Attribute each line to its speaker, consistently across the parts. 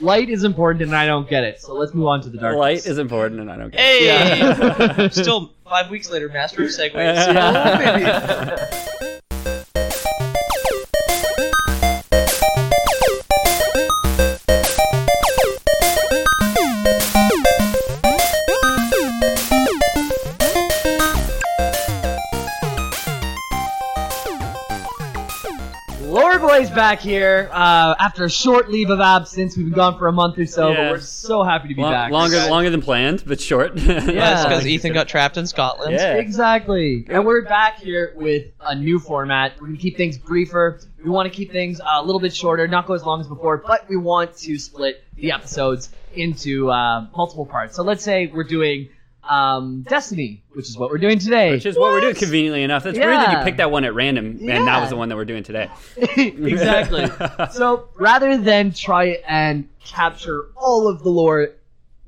Speaker 1: Light is important, and I don't get it. So let's move on to the darkness.
Speaker 2: Light is important, and I don't get it.
Speaker 3: Hey!
Speaker 1: Yeah.
Speaker 3: Still five weeks later, master of segues.
Speaker 1: Laura Glaze back here uh, after a short leave of absence. We've been gone for a month or so, but
Speaker 2: Yeah.
Speaker 1: we're so happy to be
Speaker 2: Lo-
Speaker 1: back.
Speaker 2: longer, longer than planned, but short.
Speaker 1: Yeah.
Speaker 3: That's because Ethan got trapped in Scotland.
Speaker 2: Yeah.
Speaker 1: Exactly. And we're back here with a new format. We're going to keep things briefer. We want to keep things uh, a little bit shorter, not go as long as before, but we want to split the episodes into uh, multiple parts. So let's say we're doing um, Destiny, which is what we're doing today.
Speaker 2: Which is what? we're doing conveniently enough. It's weird that
Speaker 1: Yeah.
Speaker 2: you picked that one at random, and
Speaker 1: Yeah.
Speaker 2: that was the one that we're doing today.
Speaker 1: exactly. so rather than try and capture all of the lore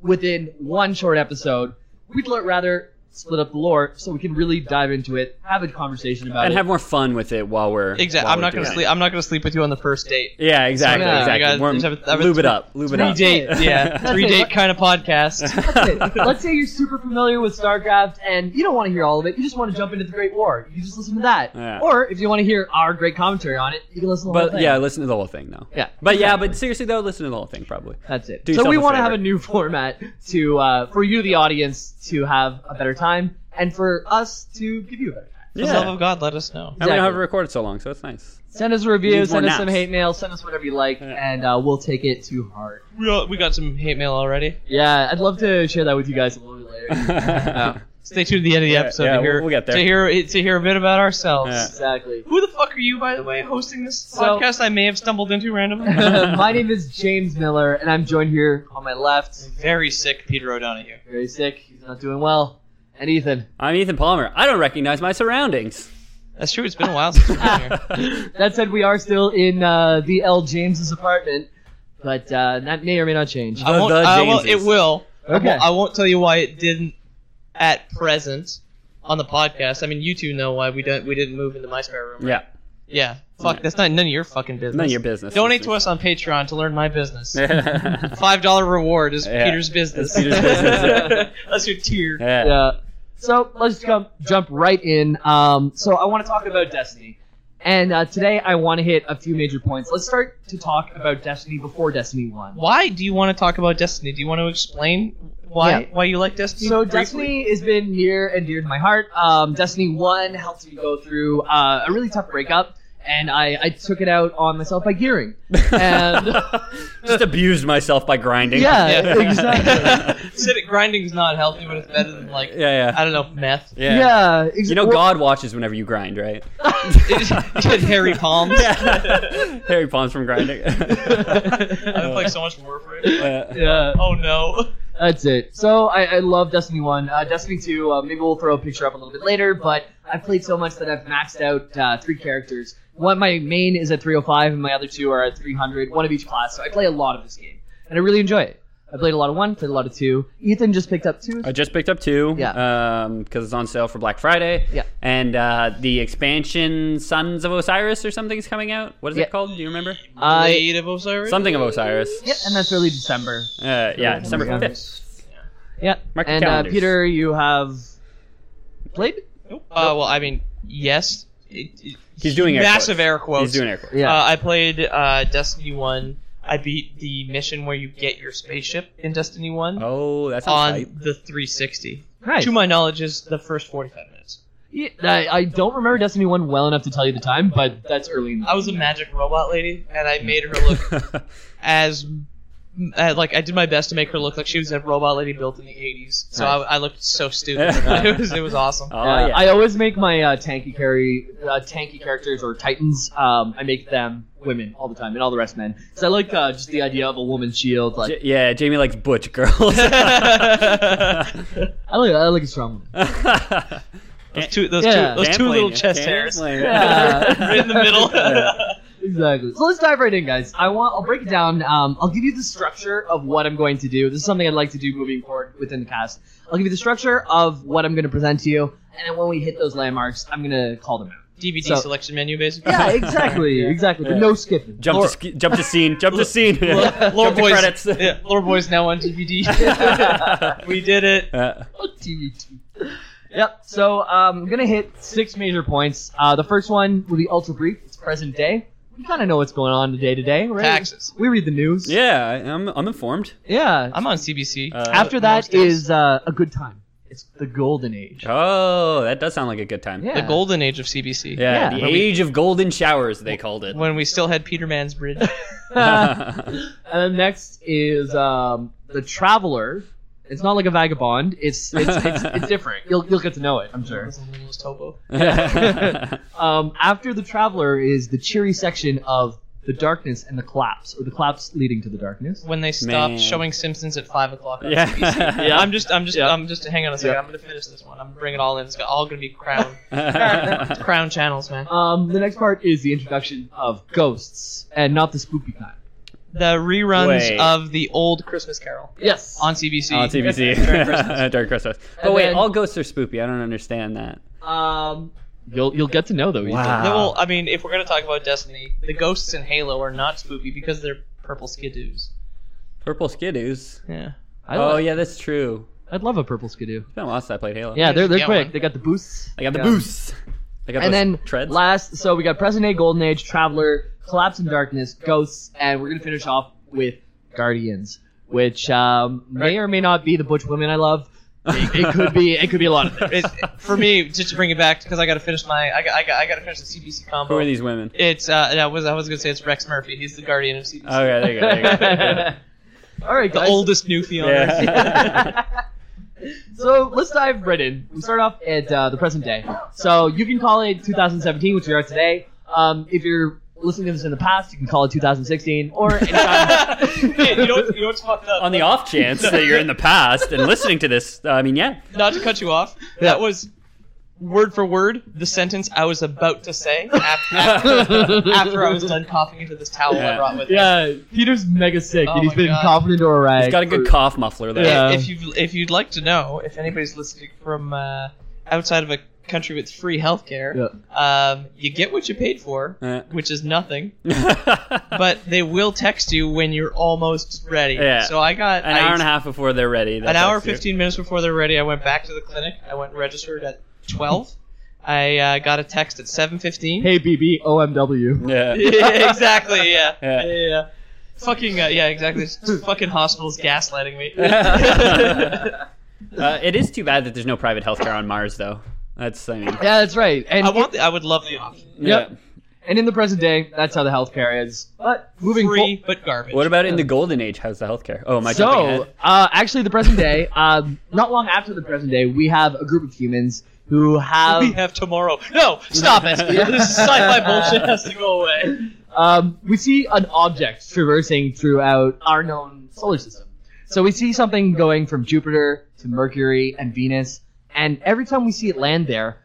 Speaker 1: within one short episode, we'd l- rather split up the lore so we can really dive into it, have a conversation about
Speaker 2: and
Speaker 1: it.
Speaker 2: have more fun with it while we're.
Speaker 3: Exactly.
Speaker 2: while
Speaker 3: I'm
Speaker 2: we're
Speaker 3: not gonna
Speaker 2: doing
Speaker 3: sleep.
Speaker 2: it.
Speaker 3: I'm not gonna sleep with you on the first date.
Speaker 2: Yeah, exactly.
Speaker 1: Yeah.
Speaker 2: exactly.
Speaker 3: You guys-
Speaker 2: We're-
Speaker 3: you have- have a
Speaker 2: lube it
Speaker 3: three-
Speaker 2: up. Lube it
Speaker 1: three
Speaker 2: up.
Speaker 1: dates.
Speaker 3: Yeah, three date kind of podcast.
Speaker 1: That's it. Let's say you're super familiar with StarCraft and you don't want to hear all of it. You just want to jump into the Great War. You just listen to that.
Speaker 2: Yeah.
Speaker 1: Or if you want to hear our great commentary on it, you can listen to the whole
Speaker 2: But
Speaker 1: thing.
Speaker 2: yeah, listen to the whole thing though.
Speaker 1: Yeah.
Speaker 2: But yeah, but seriously though, listen to the whole thing probably.
Speaker 1: That's it.
Speaker 2: Do
Speaker 1: so
Speaker 2: yourself
Speaker 1: we
Speaker 2: a
Speaker 1: want to
Speaker 2: favor.
Speaker 1: have a new format to uh, for you, the audience, to have a better time, and for us to give you a better time.
Speaker 3: For the love of God, let us know.
Speaker 2: And we don't have
Speaker 1: Exactly.
Speaker 2: it recorded so long, so it's nice.
Speaker 1: Send us a review,
Speaker 2: Need more
Speaker 1: send us some
Speaker 2: naps.
Speaker 1: hate mail, send us whatever you like,
Speaker 2: Yeah.
Speaker 1: and uh, we'll take it to heart.
Speaker 3: We all- we got some hate mail already.
Speaker 1: Yeah, I'd love to share that with you guys a little bit later.
Speaker 3: Stay tuned to the end of the
Speaker 2: Yeah,
Speaker 3: episode
Speaker 2: yeah,
Speaker 3: to hear
Speaker 2: we'll get there.
Speaker 3: to hear to hear a bit about ourselves.
Speaker 2: Yeah.
Speaker 1: exactly.
Speaker 3: Who the fuck are you, by the way, hosting this
Speaker 1: So-
Speaker 3: podcast? I may have stumbled into randomly.
Speaker 1: My name is James Miller, and I'm joined here on my left.
Speaker 3: Very sick, Peter O'Donohue.
Speaker 1: Very sick. He's not doing well. And Ethan.
Speaker 2: I'm Ethan Palmer. I don't recognize my surroundings.
Speaker 3: That's true. It's been a while since we've been here.
Speaker 1: That said, we are still in uh, the L. James's apartment, but uh, that may or may not change.
Speaker 2: The-
Speaker 3: I won't,
Speaker 2: the
Speaker 3: I will-
Speaker 2: Jameses.
Speaker 3: it will. I won't-
Speaker 1: Okay.
Speaker 3: I won't tell you why it didn't at present on the podcast. I mean, you two know why we don't. We didn't move into my spare room. right?
Speaker 2: Yeah.
Speaker 3: Yeah. Fuck. That's not none of your fucking business.
Speaker 2: None of your business.
Speaker 3: Donate to us on Patreon to learn my business.
Speaker 2: us.
Speaker 3: Five dollar reward is
Speaker 2: Yeah.
Speaker 3: Peter's
Speaker 2: It's
Speaker 3: business.
Speaker 2: Peter's business.
Speaker 3: That's your tier.
Speaker 2: yeah.
Speaker 1: Yeah. So let's jump jump right in. Um, so I want to talk about Destiny, and uh, today I want to hit a few major points. Let's start to talk about Destiny before Destiny One.
Speaker 3: Why do you want to talk about Destiny? Do you want to explain why
Speaker 1: Yeah.
Speaker 3: why you like Destiny?
Speaker 1: So
Speaker 3: briefly?
Speaker 1: Destiny has been near and dear to my heart. Um, Destiny One helped me go through uh, a really tough breakup, and I, I took it out on myself by gearing. And
Speaker 2: Just abused myself by grinding.
Speaker 1: yeah,
Speaker 3: Yeah.
Speaker 1: exactly.
Speaker 3: Civic grinding's not healthy, but it's better than like
Speaker 2: Yeah, yeah.
Speaker 3: I don't know meth.
Speaker 2: Yeah.
Speaker 1: Yeah, ex-
Speaker 2: You know,
Speaker 1: well,
Speaker 2: God watches whenever you grind, right?
Speaker 3: Harry Palms.
Speaker 2: Harry Palms from grinding.
Speaker 3: I've played so much Warframe.
Speaker 2: Uh,
Speaker 1: Yeah.
Speaker 3: Oh no.
Speaker 1: That's it. So I, I love Destiny One. Uh, Destiny Two. Uh, maybe we'll throw a picture up a little bit later. But I've played so much that I've maxed out uh, three characters. One, my main is at 305, and my other two are at 300. One of each class. So I play a lot of this game, and I really enjoy it. I played a lot of one, played a lot of two. Ethan just picked up two.
Speaker 2: I just picked up two.
Speaker 1: Yeah.
Speaker 2: Because it's on sale for Black Friday.
Speaker 1: Yeah.
Speaker 2: And uh, the expansion Sons of Osiris or something is coming out. What is
Speaker 1: Yeah.
Speaker 2: it called? Do you remember?
Speaker 1: I-
Speaker 3: Blade of Osiris.
Speaker 2: Something of Osiris.
Speaker 1: yeah, and that's early December.
Speaker 2: Uh, yeah, December
Speaker 1: Yeah.
Speaker 2: 5th.
Speaker 1: Yeah.
Speaker 2: Mark your
Speaker 1: and uh,
Speaker 2: calendars.
Speaker 1: Peter, you have played.
Speaker 3: Nope. Uh, well, I mean, yes. It- it-
Speaker 2: He's doing air
Speaker 3: massive
Speaker 2: quotes.
Speaker 3: air quotes.
Speaker 2: He's doing air quotes.
Speaker 1: Yeah.
Speaker 3: Uh, I played uh, Destiny One. I beat the mission where you get your spaceship in Destiny One
Speaker 2: Oh, that
Speaker 3: on
Speaker 2: sounds hype.
Speaker 3: the 360.
Speaker 1: Nice.
Speaker 3: To my knowledge, is the first 45 minutes.
Speaker 1: Yeah, I, I don't remember Destiny One well enough to tell you the time, but that's early. In the
Speaker 3: I was a magic robot lady, and I made her look as I, like I did my best to make her look like she was a robot lady built in the '80s. So
Speaker 1: Nice.
Speaker 3: I, I looked so stupid. it, was, it was awesome.
Speaker 2: Oh
Speaker 1: Uh,
Speaker 2: yeah.
Speaker 1: I always make my uh, tanky carry uh, tanky characters or titans. Um, I make them women all the time, and all the rest men. Because I like uh, just the idea of a woman's shield. Like
Speaker 2: J- yeah, Jamie likes butch girls.
Speaker 1: I like I like a strong woman.
Speaker 3: those two, those
Speaker 1: Yeah.
Speaker 3: two, those two
Speaker 2: Can't
Speaker 3: little
Speaker 2: blame you.
Speaker 3: chest
Speaker 2: Can't
Speaker 3: hairs
Speaker 2: blame you.
Speaker 1: Yeah.
Speaker 3: right in the middle.
Speaker 1: Exactly. So let's dive right in, guys. I want I'll break it down. Um, I'll give you the structure of what I'm going to do. This is something I'd like to do moving forward within the cast. I'll give you the structure of what I'm going to present to you, and then when we hit those landmarks, I'm going to call them out.
Speaker 3: DVD
Speaker 1: So-
Speaker 3: selection menu, basically.
Speaker 1: Yeah, exactly, exactly.
Speaker 2: Yeah.
Speaker 1: No skipping.
Speaker 2: jump to
Speaker 1: Or-
Speaker 2: sk- jump to scene. Jump to scene.
Speaker 3: Lore, Lore
Speaker 2: Jump to
Speaker 3: boys.
Speaker 2: credits.
Speaker 3: Yeah, Lore boys now on DVD. we did it.
Speaker 2: Uh,
Speaker 1: Fuck TVT. Yep. So um, I'm gonna hit six major points. Uh, the first one will be ultra brief. It's present day. We kind of know what's going on today. Today, right?
Speaker 3: Taxes.
Speaker 1: We read the news.
Speaker 2: yeah, I- I'm I'm informed.
Speaker 1: Yeah.
Speaker 3: I'm on CBC.
Speaker 2: Uh,
Speaker 1: After that
Speaker 3: most days.
Speaker 1: is uh, a good time. It's the golden age.
Speaker 2: Oh, that does sound like a good time.
Speaker 1: Yeah.
Speaker 3: the golden age of CBC.
Speaker 2: Yeah,
Speaker 1: Yeah.
Speaker 2: the age of golden showers they called it.
Speaker 3: When we still had Peter Mansbridge.
Speaker 1: and then next is um, the traveler. It's not like a vagabond. It's it's, it's, it's different. You'll you'll get to know it. I'm sure.
Speaker 3: Was the littlest hobo.
Speaker 1: Um, after the traveler is the cheery section of the darkness and the collapse, or the collapse leading to the darkness.
Speaker 3: When they stopped
Speaker 2: Man.
Speaker 3: showing Simpsons at five o'clock on
Speaker 2: Yeah.
Speaker 3: CBC.
Speaker 2: Yeah.
Speaker 3: I'm just, I'm just,
Speaker 1: Yeah.
Speaker 3: I'm just. Hang on a second. I'm gonna finish this one. I'm gonna bring it all in. It's all gonna be crown, crown channels, man.
Speaker 1: Um, the next part is the introduction of ghosts, and not the spooky kind.
Speaker 3: The reruns
Speaker 2: Wait.
Speaker 3: of the old Christmas Carol
Speaker 1: Yes.
Speaker 3: on CBC.
Speaker 2: On
Speaker 3: During Christmas.
Speaker 2: TBC. Dark Christmas. But
Speaker 1: And
Speaker 2: wait,
Speaker 1: then-
Speaker 2: all ghosts are spoopy. I don't understand that.
Speaker 1: Um, you'll you'll get to know though.
Speaker 2: Wow.
Speaker 3: No, well, I mean, if we're gonna talk about Destiny, the ghosts in Halo are not spooky because they're purple skidoos.
Speaker 2: Purple Skidoos.
Speaker 3: Yeah.
Speaker 1: I
Speaker 2: oh
Speaker 1: love,
Speaker 2: yeah, that's true.
Speaker 1: I'd love a purple skidoo.
Speaker 2: It's been a while since I played Halo.
Speaker 1: Yeah, they're
Speaker 3: Just
Speaker 1: they're
Speaker 3: get
Speaker 1: quick.
Speaker 3: one.
Speaker 1: They got the boosts.
Speaker 2: I got the
Speaker 1: Yeah.
Speaker 2: boost. I got
Speaker 1: And
Speaker 2: those
Speaker 1: then
Speaker 2: treads.
Speaker 1: last, so we got present day, golden age, traveler, collapse and darkness, ghosts, and we're gonna finish off with guardians, which um, may or may not be the butch women I love. It, it could be. It could be a lot of things.
Speaker 3: It, for me, just to bring it back, because I gotta finish my, I, got- I, got- I gotta finish the CBC combo.
Speaker 2: Who are these women?
Speaker 3: It's, uh, I was, I was gonna say it's Rex Murphy. He's the guardian of CBC.
Speaker 2: Okay, there you go. There you go. Yeah.
Speaker 1: All right,
Speaker 3: the
Speaker 1: guys.
Speaker 3: oldest newfie on
Speaker 2: Yeah.
Speaker 3: Earth.
Speaker 1: so let's dive right in. We start off at uh, the present day. So you can call it 2017, which we are today. Um, if you're listening to this in the past, you can call it 2016 or anytime.
Speaker 3: Man, you know, what- you know what's fucked up?
Speaker 2: On the off chance that you're in the past and listening to this, I mean, yeah.
Speaker 3: Not to cut you off, that was word for word the sentence I was about to say after, after, after I was done coughing into this towel I
Speaker 2: Yeah.
Speaker 3: brought with me.
Speaker 1: yeah, Peter's mega sick,
Speaker 3: Oh
Speaker 1: and he's
Speaker 3: my
Speaker 1: been
Speaker 3: God.
Speaker 1: coughing into a rag.
Speaker 2: He's got a good
Speaker 1: for-
Speaker 2: cough muffler there.
Speaker 1: Yeah.
Speaker 3: if you if you'd like to know if anybody's listening from uh, outside of a country with free healthcare, um, you get what you paid for,
Speaker 2: Yeah.
Speaker 3: which is nothing.
Speaker 2: An
Speaker 3: But they will text you when you're almost ready.
Speaker 2: Yeah.
Speaker 3: So I got I-
Speaker 2: hour and a half before they're ready.
Speaker 3: an
Speaker 2: that's
Speaker 3: hour
Speaker 2: us here.
Speaker 3: fifteen minutes before they're ready. I went back to the clinic. I went and registered at twelve. I uh, got a text at seven fifteen.
Speaker 1: Hey BB, OMW.
Speaker 2: Yeah.
Speaker 3: exactly. Yeah.
Speaker 2: Yeah.
Speaker 3: yeah. Fucking uh, yeah, exactly. It's just fucking hospitals gaslighting me.
Speaker 2: Uh, it is too bad that there's no private healthcare on Mars, though. That's I mean,
Speaker 1: Yeah, that's right. And
Speaker 3: I want. The, I would love the option.
Speaker 2: yeah.
Speaker 1: and in the present day, that's how the healthcare is. But moving forward.
Speaker 3: free but garbage.
Speaker 2: What about in the Golden Age? How's the healthcare? Oh, my
Speaker 1: so, uh, actually, the present day, um, not long after the present day, we have a group of humans who
Speaker 2: Um,
Speaker 3: we
Speaker 1: have.
Speaker 3: have tomorrow? No, stop it! This sci-fi bullshit has to go away.
Speaker 1: Um, we see an object traversing throughout our known solar system. So, we see something going from Jupiter to Mercury and Venus, and every time we see it land there,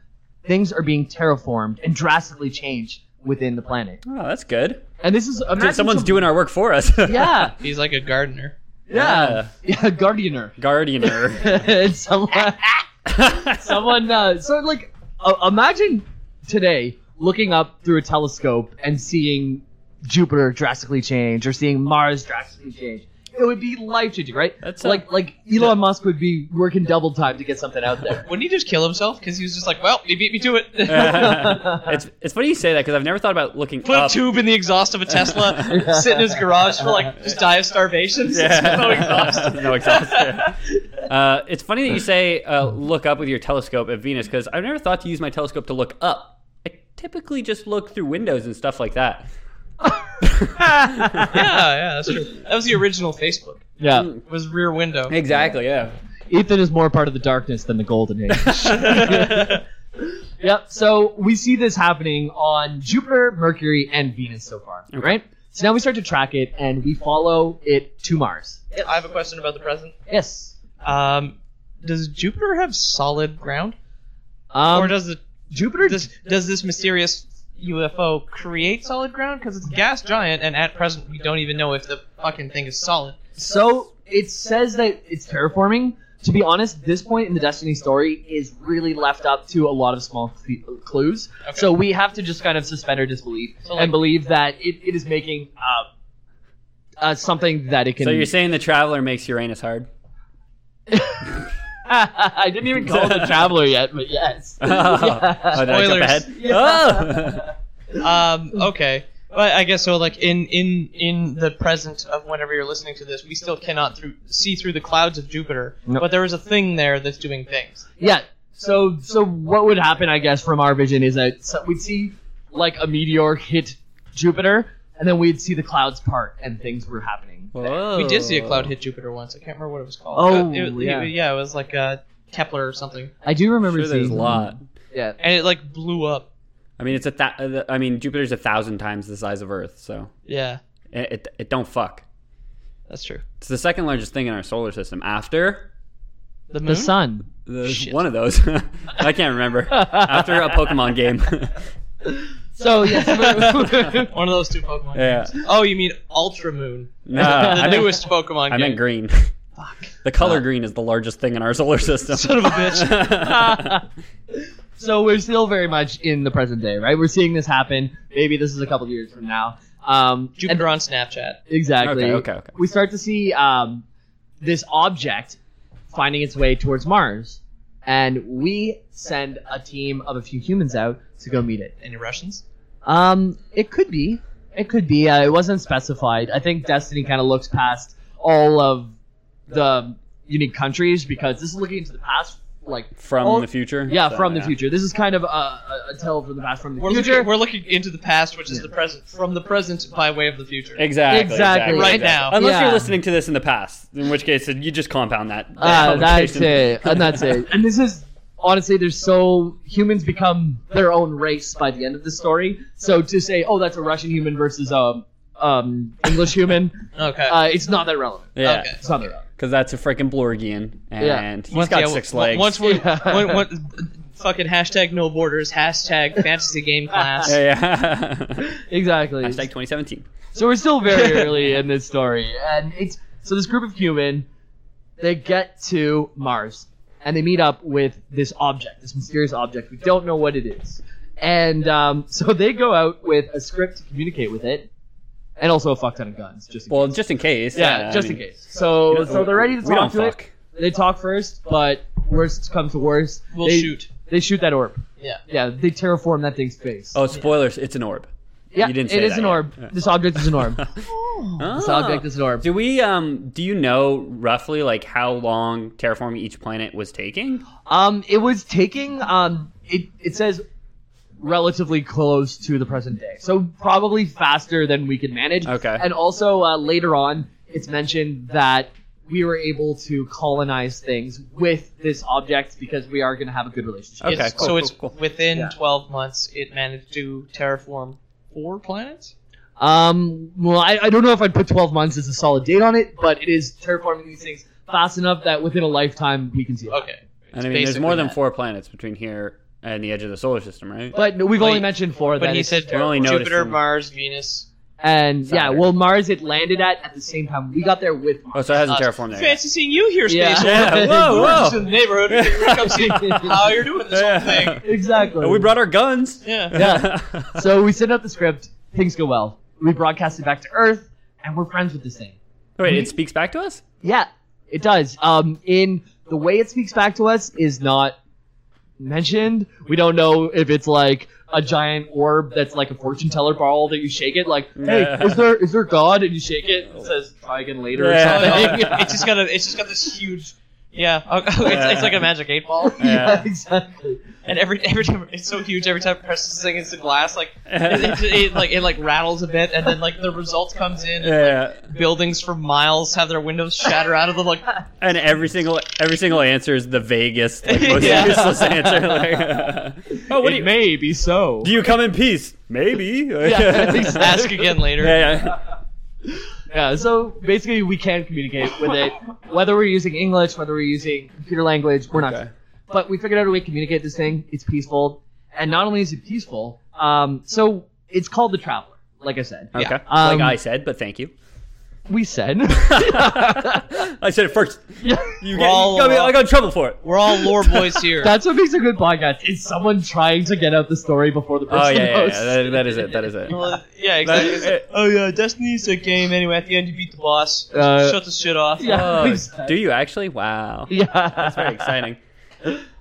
Speaker 1: things are being terraformed and drastically changed within the planet.
Speaker 2: Oh, that's good.
Speaker 1: And this is.
Speaker 2: Dude,
Speaker 1: imagine
Speaker 2: someone's
Speaker 1: some-
Speaker 2: doing our work for us.
Speaker 1: Yeah,
Speaker 3: He's like a gardener.
Speaker 1: yeah. Yeah, Guardianer.
Speaker 2: Guardianer.
Speaker 1: And someone. someone uh, so like uh, imagine today looking up through a telescope and seeing jupiter drastically change or seeing mars drastically change it would be life changing right
Speaker 2: That's a-
Speaker 1: like like elon musk would be working double time to get something out there
Speaker 3: Wouldn't he just kill himself? Because he was just like, well, he beat me to it.
Speaker 2: it's it's funny you say that because I've never thought about looking
Speaker 3: Put a
Speaker 2: up.
Speaker 3: tube in the exhaust of a Tesla, sit in his garage for like just die of starvation.
Speaker 2: Yeah.
Speaker 3: no exhaust.
Speaker 2: No exhaust, yeah. Uh, it's funny that you say uh, look up with your telescope at Venus because I've never thought to use my telescope to look up. I typically just look through windows and stuff like that.
Speaker 3: yeah, yeah, that's true. That was the original Facebook.
Speaker 1: Yeah.
Speaker 3: It was Rear Window.
Speaker 2: Exactly. Yeah.
Speaker 1: Ethan is more part of the darkness than the golden age. yep. So we see this happening on Jupiter, Mercury, and Venus so far, right? So now we start to track it and we follow it to Mars.
Speaker 3: I have a question about the present.
Speaker 1: Yes.
Speaker 3: Um, does Jupiter have solid ground,
Speaker 1: Um,
Speaker 3: or does the
Speaker 1: Jupiter
Speaker 3: does does this mysterious UFO create solid ground? Because it's a gas giant, and at present we don't even know if the fucking thing is solid.
Speaker 1: So it says that it's terraforming. To be honest, this point in the Destiny story is really left up to a lot of small cl- clues.
Speaker 3: Okay.
Speaker 1: So we have to just kind of suspend our disbelief
Speaker 3: So, like-
Speaker 1: and believe that it, it is making uh, uh, something that it can.
Speaker 2: So you're saying the traveler makes Uranus hard?
Speaker 1: I didn't even call it the Traveler yet, but yes.
Speaker 2: Oh,
Speaker 1: Yeah.
Speaker 2: Oh, did I jump
Speaker 3: Spoilers.
Speaker 2: ahead?
Speaker 1: Yeah.
Speaker 2: Oh!
Speaker 3: Um, okay. But I guess so. Like in in in the present of whenever you're listening to this, we still cannot through, see through the clouds of Jupiter.
Speaker 1: Nope.
Speaker 3: But there is a thing there that's doing things.
Speaker 1: Yeah. So so what would happen, I guess, from our vision is that so we'd see like a meteor hit Jupiter, and then we'd see the clouds part and things were happening.
Speaker 2: Oh!
Speaker 3: We did see a cloud hit Jupiter once. I can't remember what it was called.
Speaker 1: Oh,
Speaker 3: Uh, it-
Speaker 1: yeah.
Speaker 3: it- yeah, it was like a Kepler or something,
Speaker 1: I do remember
Speaker 2: Sure, there's
Speaker 1: seeing
Speaker 2: a lot.
Speaker 1: Yeah.
Speaker 3: and it like blew up.
Speaker 2: I mean, it's a. Th- uh, I mean, Jupiter's a thousand times the size of Earth, so
Speaker 3: Yeah,
Speaker 2: it, it it don't fuck.
Speaker 3: that's true.
Speaker 2: It's the second largest thing in our solar system after
Speaker 3: The moon.
Speaker 1: The sun.
Speaker 2: the,
Speaker 3: Shit.
Speaker 2: one of those. I can't remember. after a Pokemon game.
Speaker 1: So yes.
Speaker 3: One of those two Pokemon.
Speaker 2: yeah.
Speaker 3: Oh, you mean Ultra Moon?
Speaker 2: No,
Speaker 3: the
Speaker 2: I meant,
Speaker 3: newest Pokemon
Speaker 2: I
Speaker 3: game.
Speaker 2: meant green. The color green is the largest thing in our solar system.
Speaker 3: Son of a bitch.
Speaker 1: so we're still very much in the present day, right? We're seeing this happen. Maybe this is a couple years from now. Um,
Speaker 3: Jupiter on Snapchat.
Speaker 1: and- exactly.
Speaker 2: Okay, okay, okay.
Speaker 1: We start to see um, this object finding its way towards Mars, and we send a team of a few humans out to go meet it.
Speaker 3: Any Russians?
Speaker 1: Um, it could be. It could be. Uh, it wasn't specified. I think Destiny kind of looks past all of the unique countries because this is looking into the past, like
Speaker 2: From
Speaker 3: Oh.
Speaker 1: all-
Speaker 2: the future.
Speaker 1: Yeah,
Speaker 2: So,
Speaker 1: from the
Speaker 2: yeah.
Speaker 1: future. This is kind of a, a, a tell from the past, from the
Speaker 3: We're
Speaker 1: future.
Speaker 3: looking, we're looking into the past, which is the present, from the present by way of the future.
Speaker 2: Exactly.
Speaker 1: Exactly.
Speaker 3: Right now.
Speaker 2: Unless
Speaker 1: Yeah.
Speaker 2: you're listening to this in the past, in which case you just compound that.
Speaker 1: uh,
Speaker 2: that
Speaker 1: that's
Speaker 2: complication.
Speaker 1: it. And that's it. And this is honestly, there's so humans become their own race by the end of the story. So to say, oh, that's a Russian human versus um um English human,
Speaker 3: Okay.
Speaker 1: uh, it's not that relevant.
Speaker 2: Yeah.
Speaker 3: Okay.
Speaker 1: It's not that relevant.
Speaker 2: Because that's a freaking Blorgian, and
Speaker 1: Yeah.
Speaker 2: he's
Speaker 3: Once-
Speaker 2: got
Speaker 3: yeah,
Speaker 2: six
Speaker 3: w-
Speaker 2: legs.
Speaker 3: Once we,
Speaker 1: Yeah.
Speaker 3: when- when- fucking hashtag no borders, hashtag fantasy game class.
Speaker 2: yeah, yeah.
Speaker 1: Exactly.
Speaker 2: Hashtag 2017.
Speaker 1: So we're still very early in this story, and it's so this group of human, they get to Mars, and they meet up with this object, this mysterious object. We don't know what it is, and um, so they go out with a script to communicate with it, and also a fuck ton of guns, just in
Speaker 2: Well,
Speaker 1: case.
Speaker 2: just in case.
Speaker 1: yeah,
Speaker 2: I
Speaker 1: just
Speaker 2: mean,
Speaker 1: in case. So
Speaker 2: you know,
Speaker 1: so they're ready to
Speaker 2: we
Speaker 1: talk to
Speaker 2: don't
Speaker 1: it.
Speaker 2: fuck.
Speaker 1: They talk first, but worst comes to worst,
Speaker 3: We'll
Speaker 1: they,
Speaker 3: shoot.
Speaker 1: They shoot that orb.
Speaker 3: Yeah.
Speaker 1: Yeah, they terraform that thing's face.
Speaker 2: Oh, spoilers! It's an orb.
Speaker 1: yeah,
Speaker 2: you didn't
Speaker 1: it
Speaker 2: say
Speaker 1: is
Speaker 2: that
Speaker 1: an
Speaker 2: yet.
Speaker 1: orb.
Speaker 2: Yeah.
Speaker 1: This object is an orb. This
Speaker 2: Ah.
Speaker 1: object is Oh. an orb.
Speaker 2: Do we um do you know roughly like how long terraforming each planet was taking?
Speaker 1: Um, it was taking. Um, it it says relatively close to the present day, so probably faster than we can manage.
Speaker 2: Okay.
Speaker 1: And also uh, later on, it's mentioned that we were able to colonize things with this object because we are going to have a good relationship.
Speaker 2: Okay,
Speaker 3: It's-
Speaker 2: cool,
Speaker 3: so
Speaker 2: cool,
Speaker 3: it's
Speaker 2: cool.
Speaker 3: within
Speaker 1: Yeah.
Speaker 3: 12 months, it managed to terraform four planets?
Speaker 1: Um, well, I, I don't know if I'd put 12 months as a solid date on it, but it is terraforming these things fast enough that within a lifetime we can see. it.
Speaker 3: Okay.
Speaker 2: And I mean, there's
Speaker 3: basically
Speaker 2: more than
Speaker 3: that.
Speaker 2: four planets between here and the edge of the solar system, right?
Speaker 1: But no, we've only
Speaker 3: Wait,
Speaker 1: mentioned four.
Speaker 3: But
Speaker 1: that
Speaker 3: he
Speaker 1: it's
Speaker 3: said
Speaker 2: We're only
Speaker 3: Jupiter,
Speaker 2: noticing-
Speaker 3: Mars, Venus.
Speaker 1: And yeah,
Speaker 2: Saturn.
Speaker 1: well, Mars it landed at at the same time we got there with
Speaker 2: oh,
Speaker 1: Mars.
Speaker 2: so it hasn't
Speaker 3: Us.
Speaker 2: terraformed there. yet.
Speaker 3: Fancy seeing you here,
Speaker 1: Yeah.
Speaker 3: Space
Speaker 1: Yeah,
Speaker 3: Orphan.
Speaker 2: whoa,
Speaker 3: We're
Speaker 2: whoa.
Speaker 3: just in the neighborhood. We're gonna come see how you're doing this whole
Speaker 2: Yeah.
Speaker 3: thing.
Speaker 1: Exactly.
Speaker 2: And we brought our guns.
Speaker 3: Yeah.
Speaker 1: Yeah. so we sent out the script. Things go well. We broadcast it back to Earth, and we're friends with this thing.
Speaker 2: Wait, it speaks back to us?
Speaker 1: Yeah, it does. Um, in the way it speaks back to us is not mentioned. We don't know if it's like a giant orb that's like a fortune teller ball that you shake it. Like, hey,
Speaker 2: Yeah.
Speaker 1: is there is there God? And you shake it. and It says try again later
Speaker 2: Yeah.
Speaker 1: or
Speaker 3: Oh, No,
Speaker 1: something.
Speaker 3: it's just got a, it's just got this huge Yeah, oh, it's, it's like a magic eight ball,
Speaker 1: yeah,
Speaker 2: Yeah.
Speaker 1: exactly.
Speaker 3: and every every time it's so huge. Every time it presses this thing into glass, like it, it, it like it like rattles a bit, and then like the result comes in. and, like,
Speaker 2: Yeah.
Speaker 3: buildings for miles have their windows shatter out of them. Like
Speaker 2: And every single every single answer is the vaguest, like, most
Speaker 3: Yeah.
Speaker 2: useless answer. Like, oh, what do you?
Speaker 1: may be so.
Speaker 2: do you come in peace? Maybe.
Speaker 1: Yeah, exactly.
Speaker 3: ask again later.
Speaker 2: Yeah, yeah.
Speaker 1: Yeah, so basically we can communicate with it, whether we're using English, whether we're using computer language, we're not.
Speaker 2: Okay.
Speaker 1: But we figured out a way to communicate this thing. It's peaceful, and not only is it peaceful, um, so it's called the Traveler. Like I said,
Speaker 2: Okay.
Speaker 1: Um,
Speaker 2: like I said, but thank you.
Speaker 1: we said.
Speaker 2: I said it first. You get,
Speaker 3: Well,
Speaker 2: you got me,
Speaker 3: uh,
Speaker 2: I got in trouble for it.
Speaker 3: We're all lore boys here.
Speaker 1: That's what makes a good podcast. Is someone trying to get out the story before the person
Speaker 2: Oh yeah, yeah,
Speaker 1: knows?
Speaker 2: yeah. That, that is it. That is it.
Speaker 3: Well, yeah,
Speaker 2: That
Speaker 3: exactly.
Speaker 2: is it.
Speaker 3: oh yeah, Destiny's a game anyway. At the end, you beat the boss.
Speaker 1: Uh,
Speaker 3: Shut the shit off.
Speaker 1: yeah.
Speaker 2: Oh,
Speaker 1: Exactly.
Speaker 2: do you actually? Wow.
Speaker 1: yeah.
Speaker 2: That's very exciting.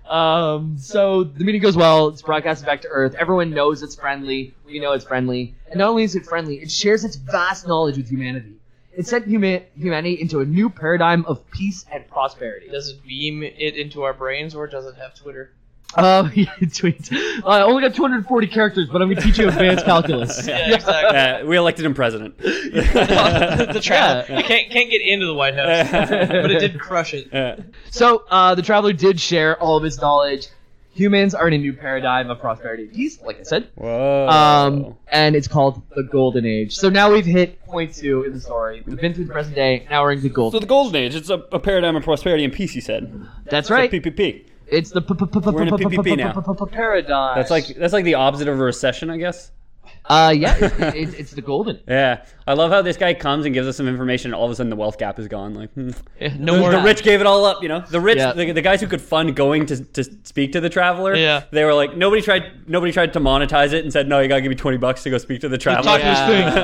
Speaker 1: Um, so the meeting goes well. It's broadcasted back to Earth. Everyone knows it's friendly. We know it's friendly. And not only is it friendly, it shares its vast knowledge with humanity. It sent huma- humanity into a new paradigm of peace and prosperity.
Speaker 3: Does it beam it into our brains, or does it have Twitter?
Speaker 1: Uh, tweet. Uh, I only got 240 characters, but I'm going to teach you advanced calculus.
Speaker 3: Yeah, exactly.
Speaker 2: Uh, we elected him president.
Speaker 3: the trap. You can't can't get into the White House, but it did crush it.
Speaker 2: Uh,
Speaker 1: So uh, the traveler did share all of his knowledge. Humans are in a new paradigm of prosperity and peace, like I said.
Speaker 2: whoa.
Speaker 1: Um, and it's called the Golden Age. So now we've hit point two in the story. We've been through the present day. Now we're into the
Speaker 2: so
Speaker 1: golden.
Speaker 2: the golden age. It's a, a paradigm of prosperity and peace. You said.
Speaker 1: That's right.
Speaker 2: PPP.
Speaker 1: It's the p- p- p-
Speaker 2: We're in a
Speaker 1: p- p-
Speaker 2: PPP
Speaker 1: p-
Speaker 2: now.
Speaker 1: p- p- paradigm.
Speaker 2: That's like that's like the opposite of a recession, I guess.
Speaker 1: uh, yeah, it- it- it's the golden.
Speaker 2: Yeah, I love how this guy comes and gives us some information, and all of a sudden the wealth gap is gone. Like, hmm.
Speaker 3: no
Speaker 2: the,
Speaker 3: more.
Speaker 2: the rich gave it all up, you know. The rich,
Speaker 1: Yeah.
Speaker 2: the, the guys who could fund going to, to speak to the traveler.
Speaker 3: Yeah.
Speaker 2: they were like nobody tried. Nobody tried to monetize it and said, "No, you gotta give me twenty bucks to go speak to the traveler."
Speaker 3: talk to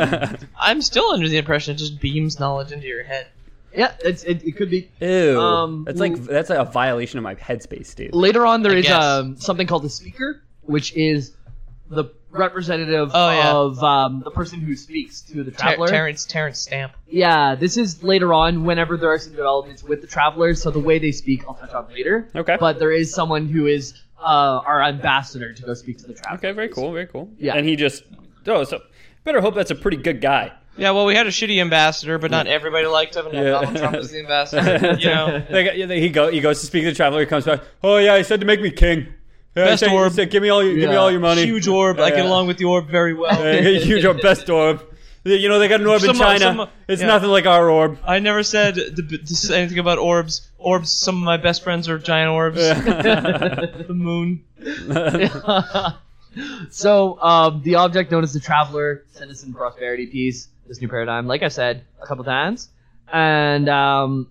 Speaker 3: I'm still under the impression it just beams knowledge into your head.
Speaker 1: Yeah, it's, it, it could be.
Speaker 2: Ew,
Speaker 1: Um,
Speaker 2: that's like that's a violation of my headspace, dude.
Speaker 1: Later on, there
Speaker 3: I
Speaker 1: is
Speaker 3: guess.
Speaker 1: um, something called the speaker, which is the representative
Speaker 3: Oh, yeah.
Speaker 1: of um, the person who speaks to the
Speaker 3: Ter-
Speaker 1: traveler.
Speaker 3: Terrence Terrence Stamp.
Speaker 1: yeah, this is later on whenever there are some developments with the travelers. So the way they speak, I'll touch on later.
Speaker 2: Okay.
Speaker 1: But there is someone who is uh, our ambassador to go speak to the traveler.
Speaker 2: okay, very cool, very cool.
Speaker 1: Yeah.
Speaker 2: and he just oh, so better hope that's a pretty good guy.
Speaker 3: Yeah, well, we had a shitty ambassador, but not everybody liked him. And
Speaker 2: Yeah.
Speaker 3: Donald Trump was the ambassador. you know,
Speaker 2: Like, yeah, he go he goes to speak to the traveler. He comes back. Oh yeah, he said to make me king. Yeah, he
Speaker 3: Best
Speaker 2: said- he
Speaker 3: orb.
Speaker 2: said, give me all your give me
Speaker 1: Yeah.
Speaker 2: all your money.
Speaker 3: huge orb. I get
Speaker 2: Yeah.
Speaker 3: along with the orb very
Speaker 2: Yeah,
Speaker 3: well.
Speaker 2: huge orb. Best orb. You know they got an orb in
Speaker 3: Some- uh,
Speaker 2: China.
Speaker 3: some-
Speaker 2: it's
Speaker 3: yeah.
Speaker 2: nothing like our orb.
Speaker 3: I never said the, the, anything about orbs. Orbs. Some of my best friends are giant orbs. the moon.
Speaker 1: so um, the object known as the traveler sent us in prosperity piece this new paradigm like i said a couple times and um,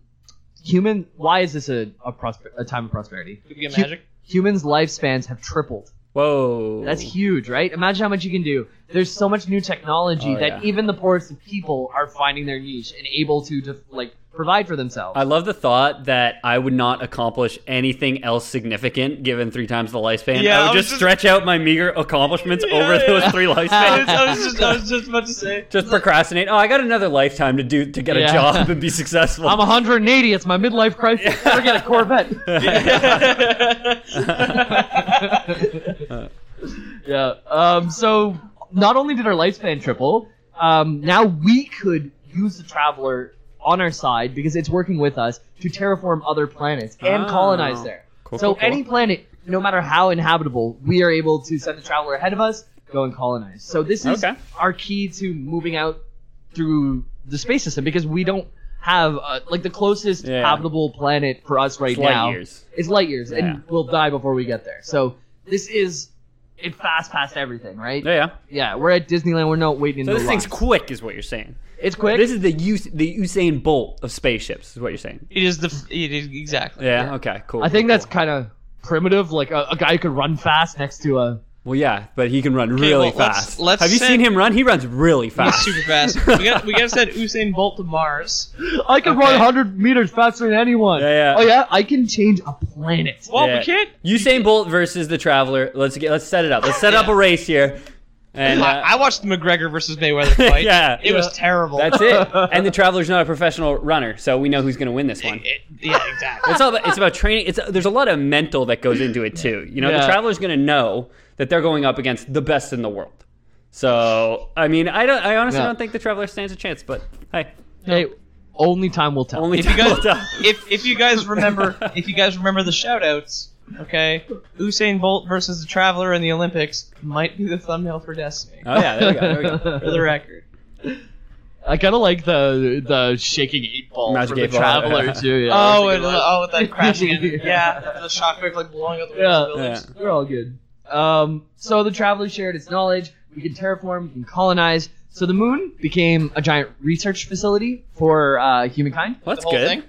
Speaker 1: human why is this a, a, prosper, a time of prosperity
Speaker 3: Did we get
Speaker 1: Hu-
Speaker 3: magic?
Speaker 1: humans lifespans have tripled
Speaker 2: Whoa.
Speaker 1: that's huge right imagine how much you can do there's so much new technology
Speaker 2: Oh,
Speaker 1: that
Speaker 2: yeah.
Speaker 1: even the poorest of people are finding their niche and able to def- like provide for themselves
Speaker 2: I love the thought that I would not accomplish anything else significant given three times the lifespan.
Speaker 3: Yeah,
Speaker 2: I would
Speaker 3: I was
Speaker 2: just,
Speaker 3: just-
Speaker 2: stretch out my meager accomplishments
Speaker 3: Yeah,
Speaker 2: over
Speaker 3: yeah.
Speaker 2: those three
Speaker 3: I was,
Speaker 2: lifespans.
Speaker 3: I was just, I was just about to say.
Speaker 2: just procrastinate. Oh, I got another lifetime to do to get
Speaker 1: Yeah.
Speaker 2: a job and be successful.
Speaker 1: i'm 180 it's my midlife crisis never get a corvette Yeah. Um, so not only did our lifespan triple, um, now we could use the traveler on our side because it's working with us to terraform other planets and
Speaker 2: Oh.
Speaker 1: colonize there.
Speaker 2: Cool,
Speaker 1: so
Speaker 2: cool, cool.
Speaker 1: any planet, no matter how inhabitable, we are able to send the traveler ahead of us, go and colonize. So this is
Speaker 2: Okay.
Speaker 1: our key to moving out through the space system because we don't have uh, like the closest
Speaker 2: Yeah.
Speaker 1: habitable planet for us right
Speaker 2: It's light
Speaker 1: now
Speaker 2: years.
Speaker 1: it's light years,
Speaker 2: Yeah.
Speaker 1: and we'll die before we get there. So this is it fast past everything, right?
Speaker 2: yeah, yeah.
Speaker 1: Yeah, we're at Disneyland. We're not waiting. in
Speaker 2: So
Speaker 1: the
Speaker 2: this thing's
Speaker 1: lines.
Speaker 2: quick, is what you're saying.
Speaker 1: It's quick.
Speaker 2: This is the Us- the Usain Bolt of spaceships, is what you're saying.
Speaker 3: It is the. f- It is exactly.
Speaker 2: Yeah. Okay. Cool.
Speaker 1: I think
Speaker 2: cool,
Speaker 1: that's kind of primitive. Like a, a guy who could run fast next to a.
Speaker 2: cool. well, yeah, but he can run really
Speaker 3: well, let's-
Speaker 2: fast.
Speaker 3: let's
Speaker 2: Have you
Speaker 3: send-
Speaker 2: seen him run? He runs really fast.
Speaker 3: Super fast. We got. We got to send Usain Bolt to Mars.
Speaker 1: I can
Speaker 3: Okay.
Speaker 1: run 100 meters faster than anyone.
Speaker 2: Yeah, yeah.
Speaker 1: Oh yeah, I can change a planet.
Speaker 3: Well,
Speaker 2: Yeah.
Speaker 3: Oh, we can't.
Speaker 2: Usain Bolt versus the Traveler. Let's get let's set it up. Let's set up a race here. And uh,
Speaker 3: I, I watched the McGregor versus Mayweather fight.
Speaker 2: Yeah.
Speaker 3: it was terrible.
Speaker 2: that's it. And the traveler's not a professional runner, so we know who's going to win this one.
Speaker 3: It- yeah, exactly.
Speaker 2: It's all about, it's about training. It's there's a lot of mental that goes into it too. You know, the
Speaker 1: Yeah.
Speaker 2: traveler's going to know that they're going up against the best in the world. So I mean, I don't. I honestly
Speaker 1: Yeah.
Speaker 2: don't think the traveler stands a chance. But hey,
Speaker 1: Hey, only time will tell.
Speaker 2: only
Speaker 3: If you
Speaker 2: time will
Speaker 3: guys,
Speaker 2: tell.
Speaker 3: if, if you guys remember, if you guys remember the shoutouts, okay, Usain Bolt versus the Traveler in the Olympics might be the thumbnail for Destiny.
Speaker 2: Oh yeah, there we go. There we go.
Speaker 3: For the record,
Speaker 1: I kind of like the the shaking eight ball
Speaker 2: Magic
Speaker 1: from the
Speaker 2: eight ball,
Speaker 1: traveler
Speaker 2: yeah.
Speaker 1: too. Yeah, That's
Speaker 3: oh,
Speaker 1: a
Speaker 3: and
Speaker 1: good one.
Speaker 3: oh, with that crashing, in.
Speaker 1: Yeah.
Speaker 3: yeah, the shockwave like blowing out the
Speaker 1: Yeah.
Speaker 3: windows of buildings.
Speaker 2: Yeah.
Speaker 1: They're all good. Um, so the traveler shared its knowledge. We can terraform, we can colonize. So the moon became a giant research facility for uh, humankind.
Speaker 2: Well, that's
Speaker 3: whole
Speaker 2: good.
Speaker 3: thing?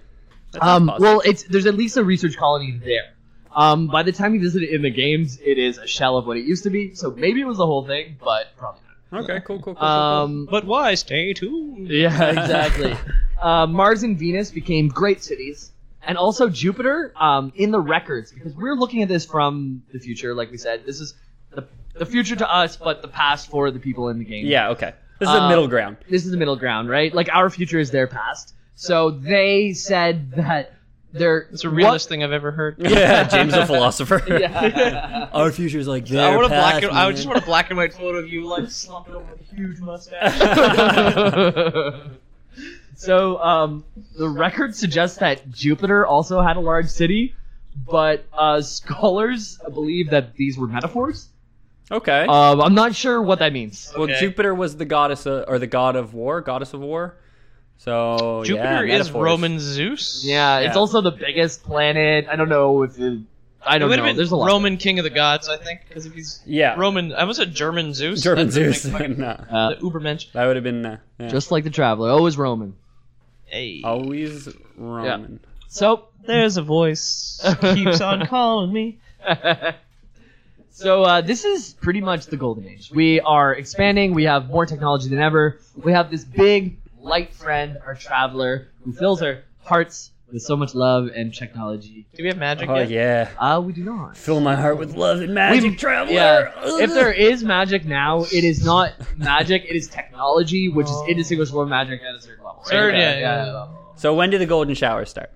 Speaker 2: That's
Speaker 1: Um,
Speaker 2: awesome.
Speaker 1: well, it's there's at least a research colony there. Um, by the time you visit it in the games, it is a shell of what it used to be. So maybe it was the whole thing, but probably
Speaker 2: okay, cool, cool, cool. cool,
Speaker 1: not. Um,
Speaker 3: But why? Stay tuned.
Speaker 1: yeah, exactly. uh, Mars and Venus became great cities, and also Jupiter um, in the records because we're looking at this from the future. Like we said, this is the the future to us, but the past for the people in the game.
Speaker 2: cool. yeah, okay. This is a
Speaker 1: Um,
Speaker 2: middle ground.
Speaker 1: this is the middle ground, right? Like our future is their past. So they said that they're
Speaker 3: It's the realest thing I've ever heard.
Speaker 2: Yeah, James a philosopher.
Speaker 1: What, yeah.
Speaker 2: Our future's like
Speaker 3: I
Speaker 2: their
Speaker 3: want a black.
Speaker 2: past,
Speaker 3: And, I
Speaker 2: man.
Speaker 3: just want a black and white photo of you like slumped over with a huge mustache.
Speaker 1: so um, the record suggests that Jupiter also had a large city, but uh, scholars believe that these were metaphors.
Speaker 2: Okay.
Speaker 1: Um, I'm not sure what that means.
Speaker 2: Uh, well,
Speaker 3: okay.
Speaker 2: Jupiter was the goddess of, or the god of war, goddess of war. So
Speaker 3: Jupiter
Speaker 2: Oh, yeah,
Speaker 3: is
Speaker 2: metaphors.
Speaker 3: Roman Zeus.
Speaker 1: Yeah, it's
Speaker 2: Yeah.
Speaker 1: also the biggest planet. I don't know if it, I
Speaker 3: It
Speaker 1: don't
Speaker 3: would
Speaker 1: know.
Speaker 3: have been
Speaker 1: There's a lot.
Speaker 3: Roman king of the gods, I think, because if he's
Speaker 2: Yeah,
Speaker 3: Roman, I was a German Zeus.
Speaker 2: German
Speaker 3: That's the
Speaker 2: Zeus.
Speaker 3: thing.
Speaker 2: no,
Speaker 1: Uh,
Speaker 3: The Ubermensch.
Speaker 2: that would have been uh, yeah.
Speaker 1: just like the traveler, always Roman.
Speaker 3: Hey.
Speaker 2: Oh. always Roman.
Speaker 1: So
Speaker 3: There's a voice keeps on calling me.
Speaker 1: So uh, this is pretty much the golden age. We are expanding. We have more technology than ever. We have this big light friend, our traveler, who fills our hearts with so much love and technology.
Speaker 3: Do we have magic
Speaker 2: Oh
Speaker 3: yet?
Speaker 2: yeah,
Speaker 1: Uh, we do not.
Speaker 2: fill my heart with love and magic,
Speaker 1: We-
Speaker 2: traveler.
Speaker 1: Yeah.
Speaker 2: Ugh.
Speaker 1: If there is magic now, it is not magic. It is technology, which is indistinguishable from magic at a certain level. right?
Speaker 3: Sure,
Speaker 1: Okay.
Speaker 3: yeah, yeah.
Speaker 2: so when do the golden showers start?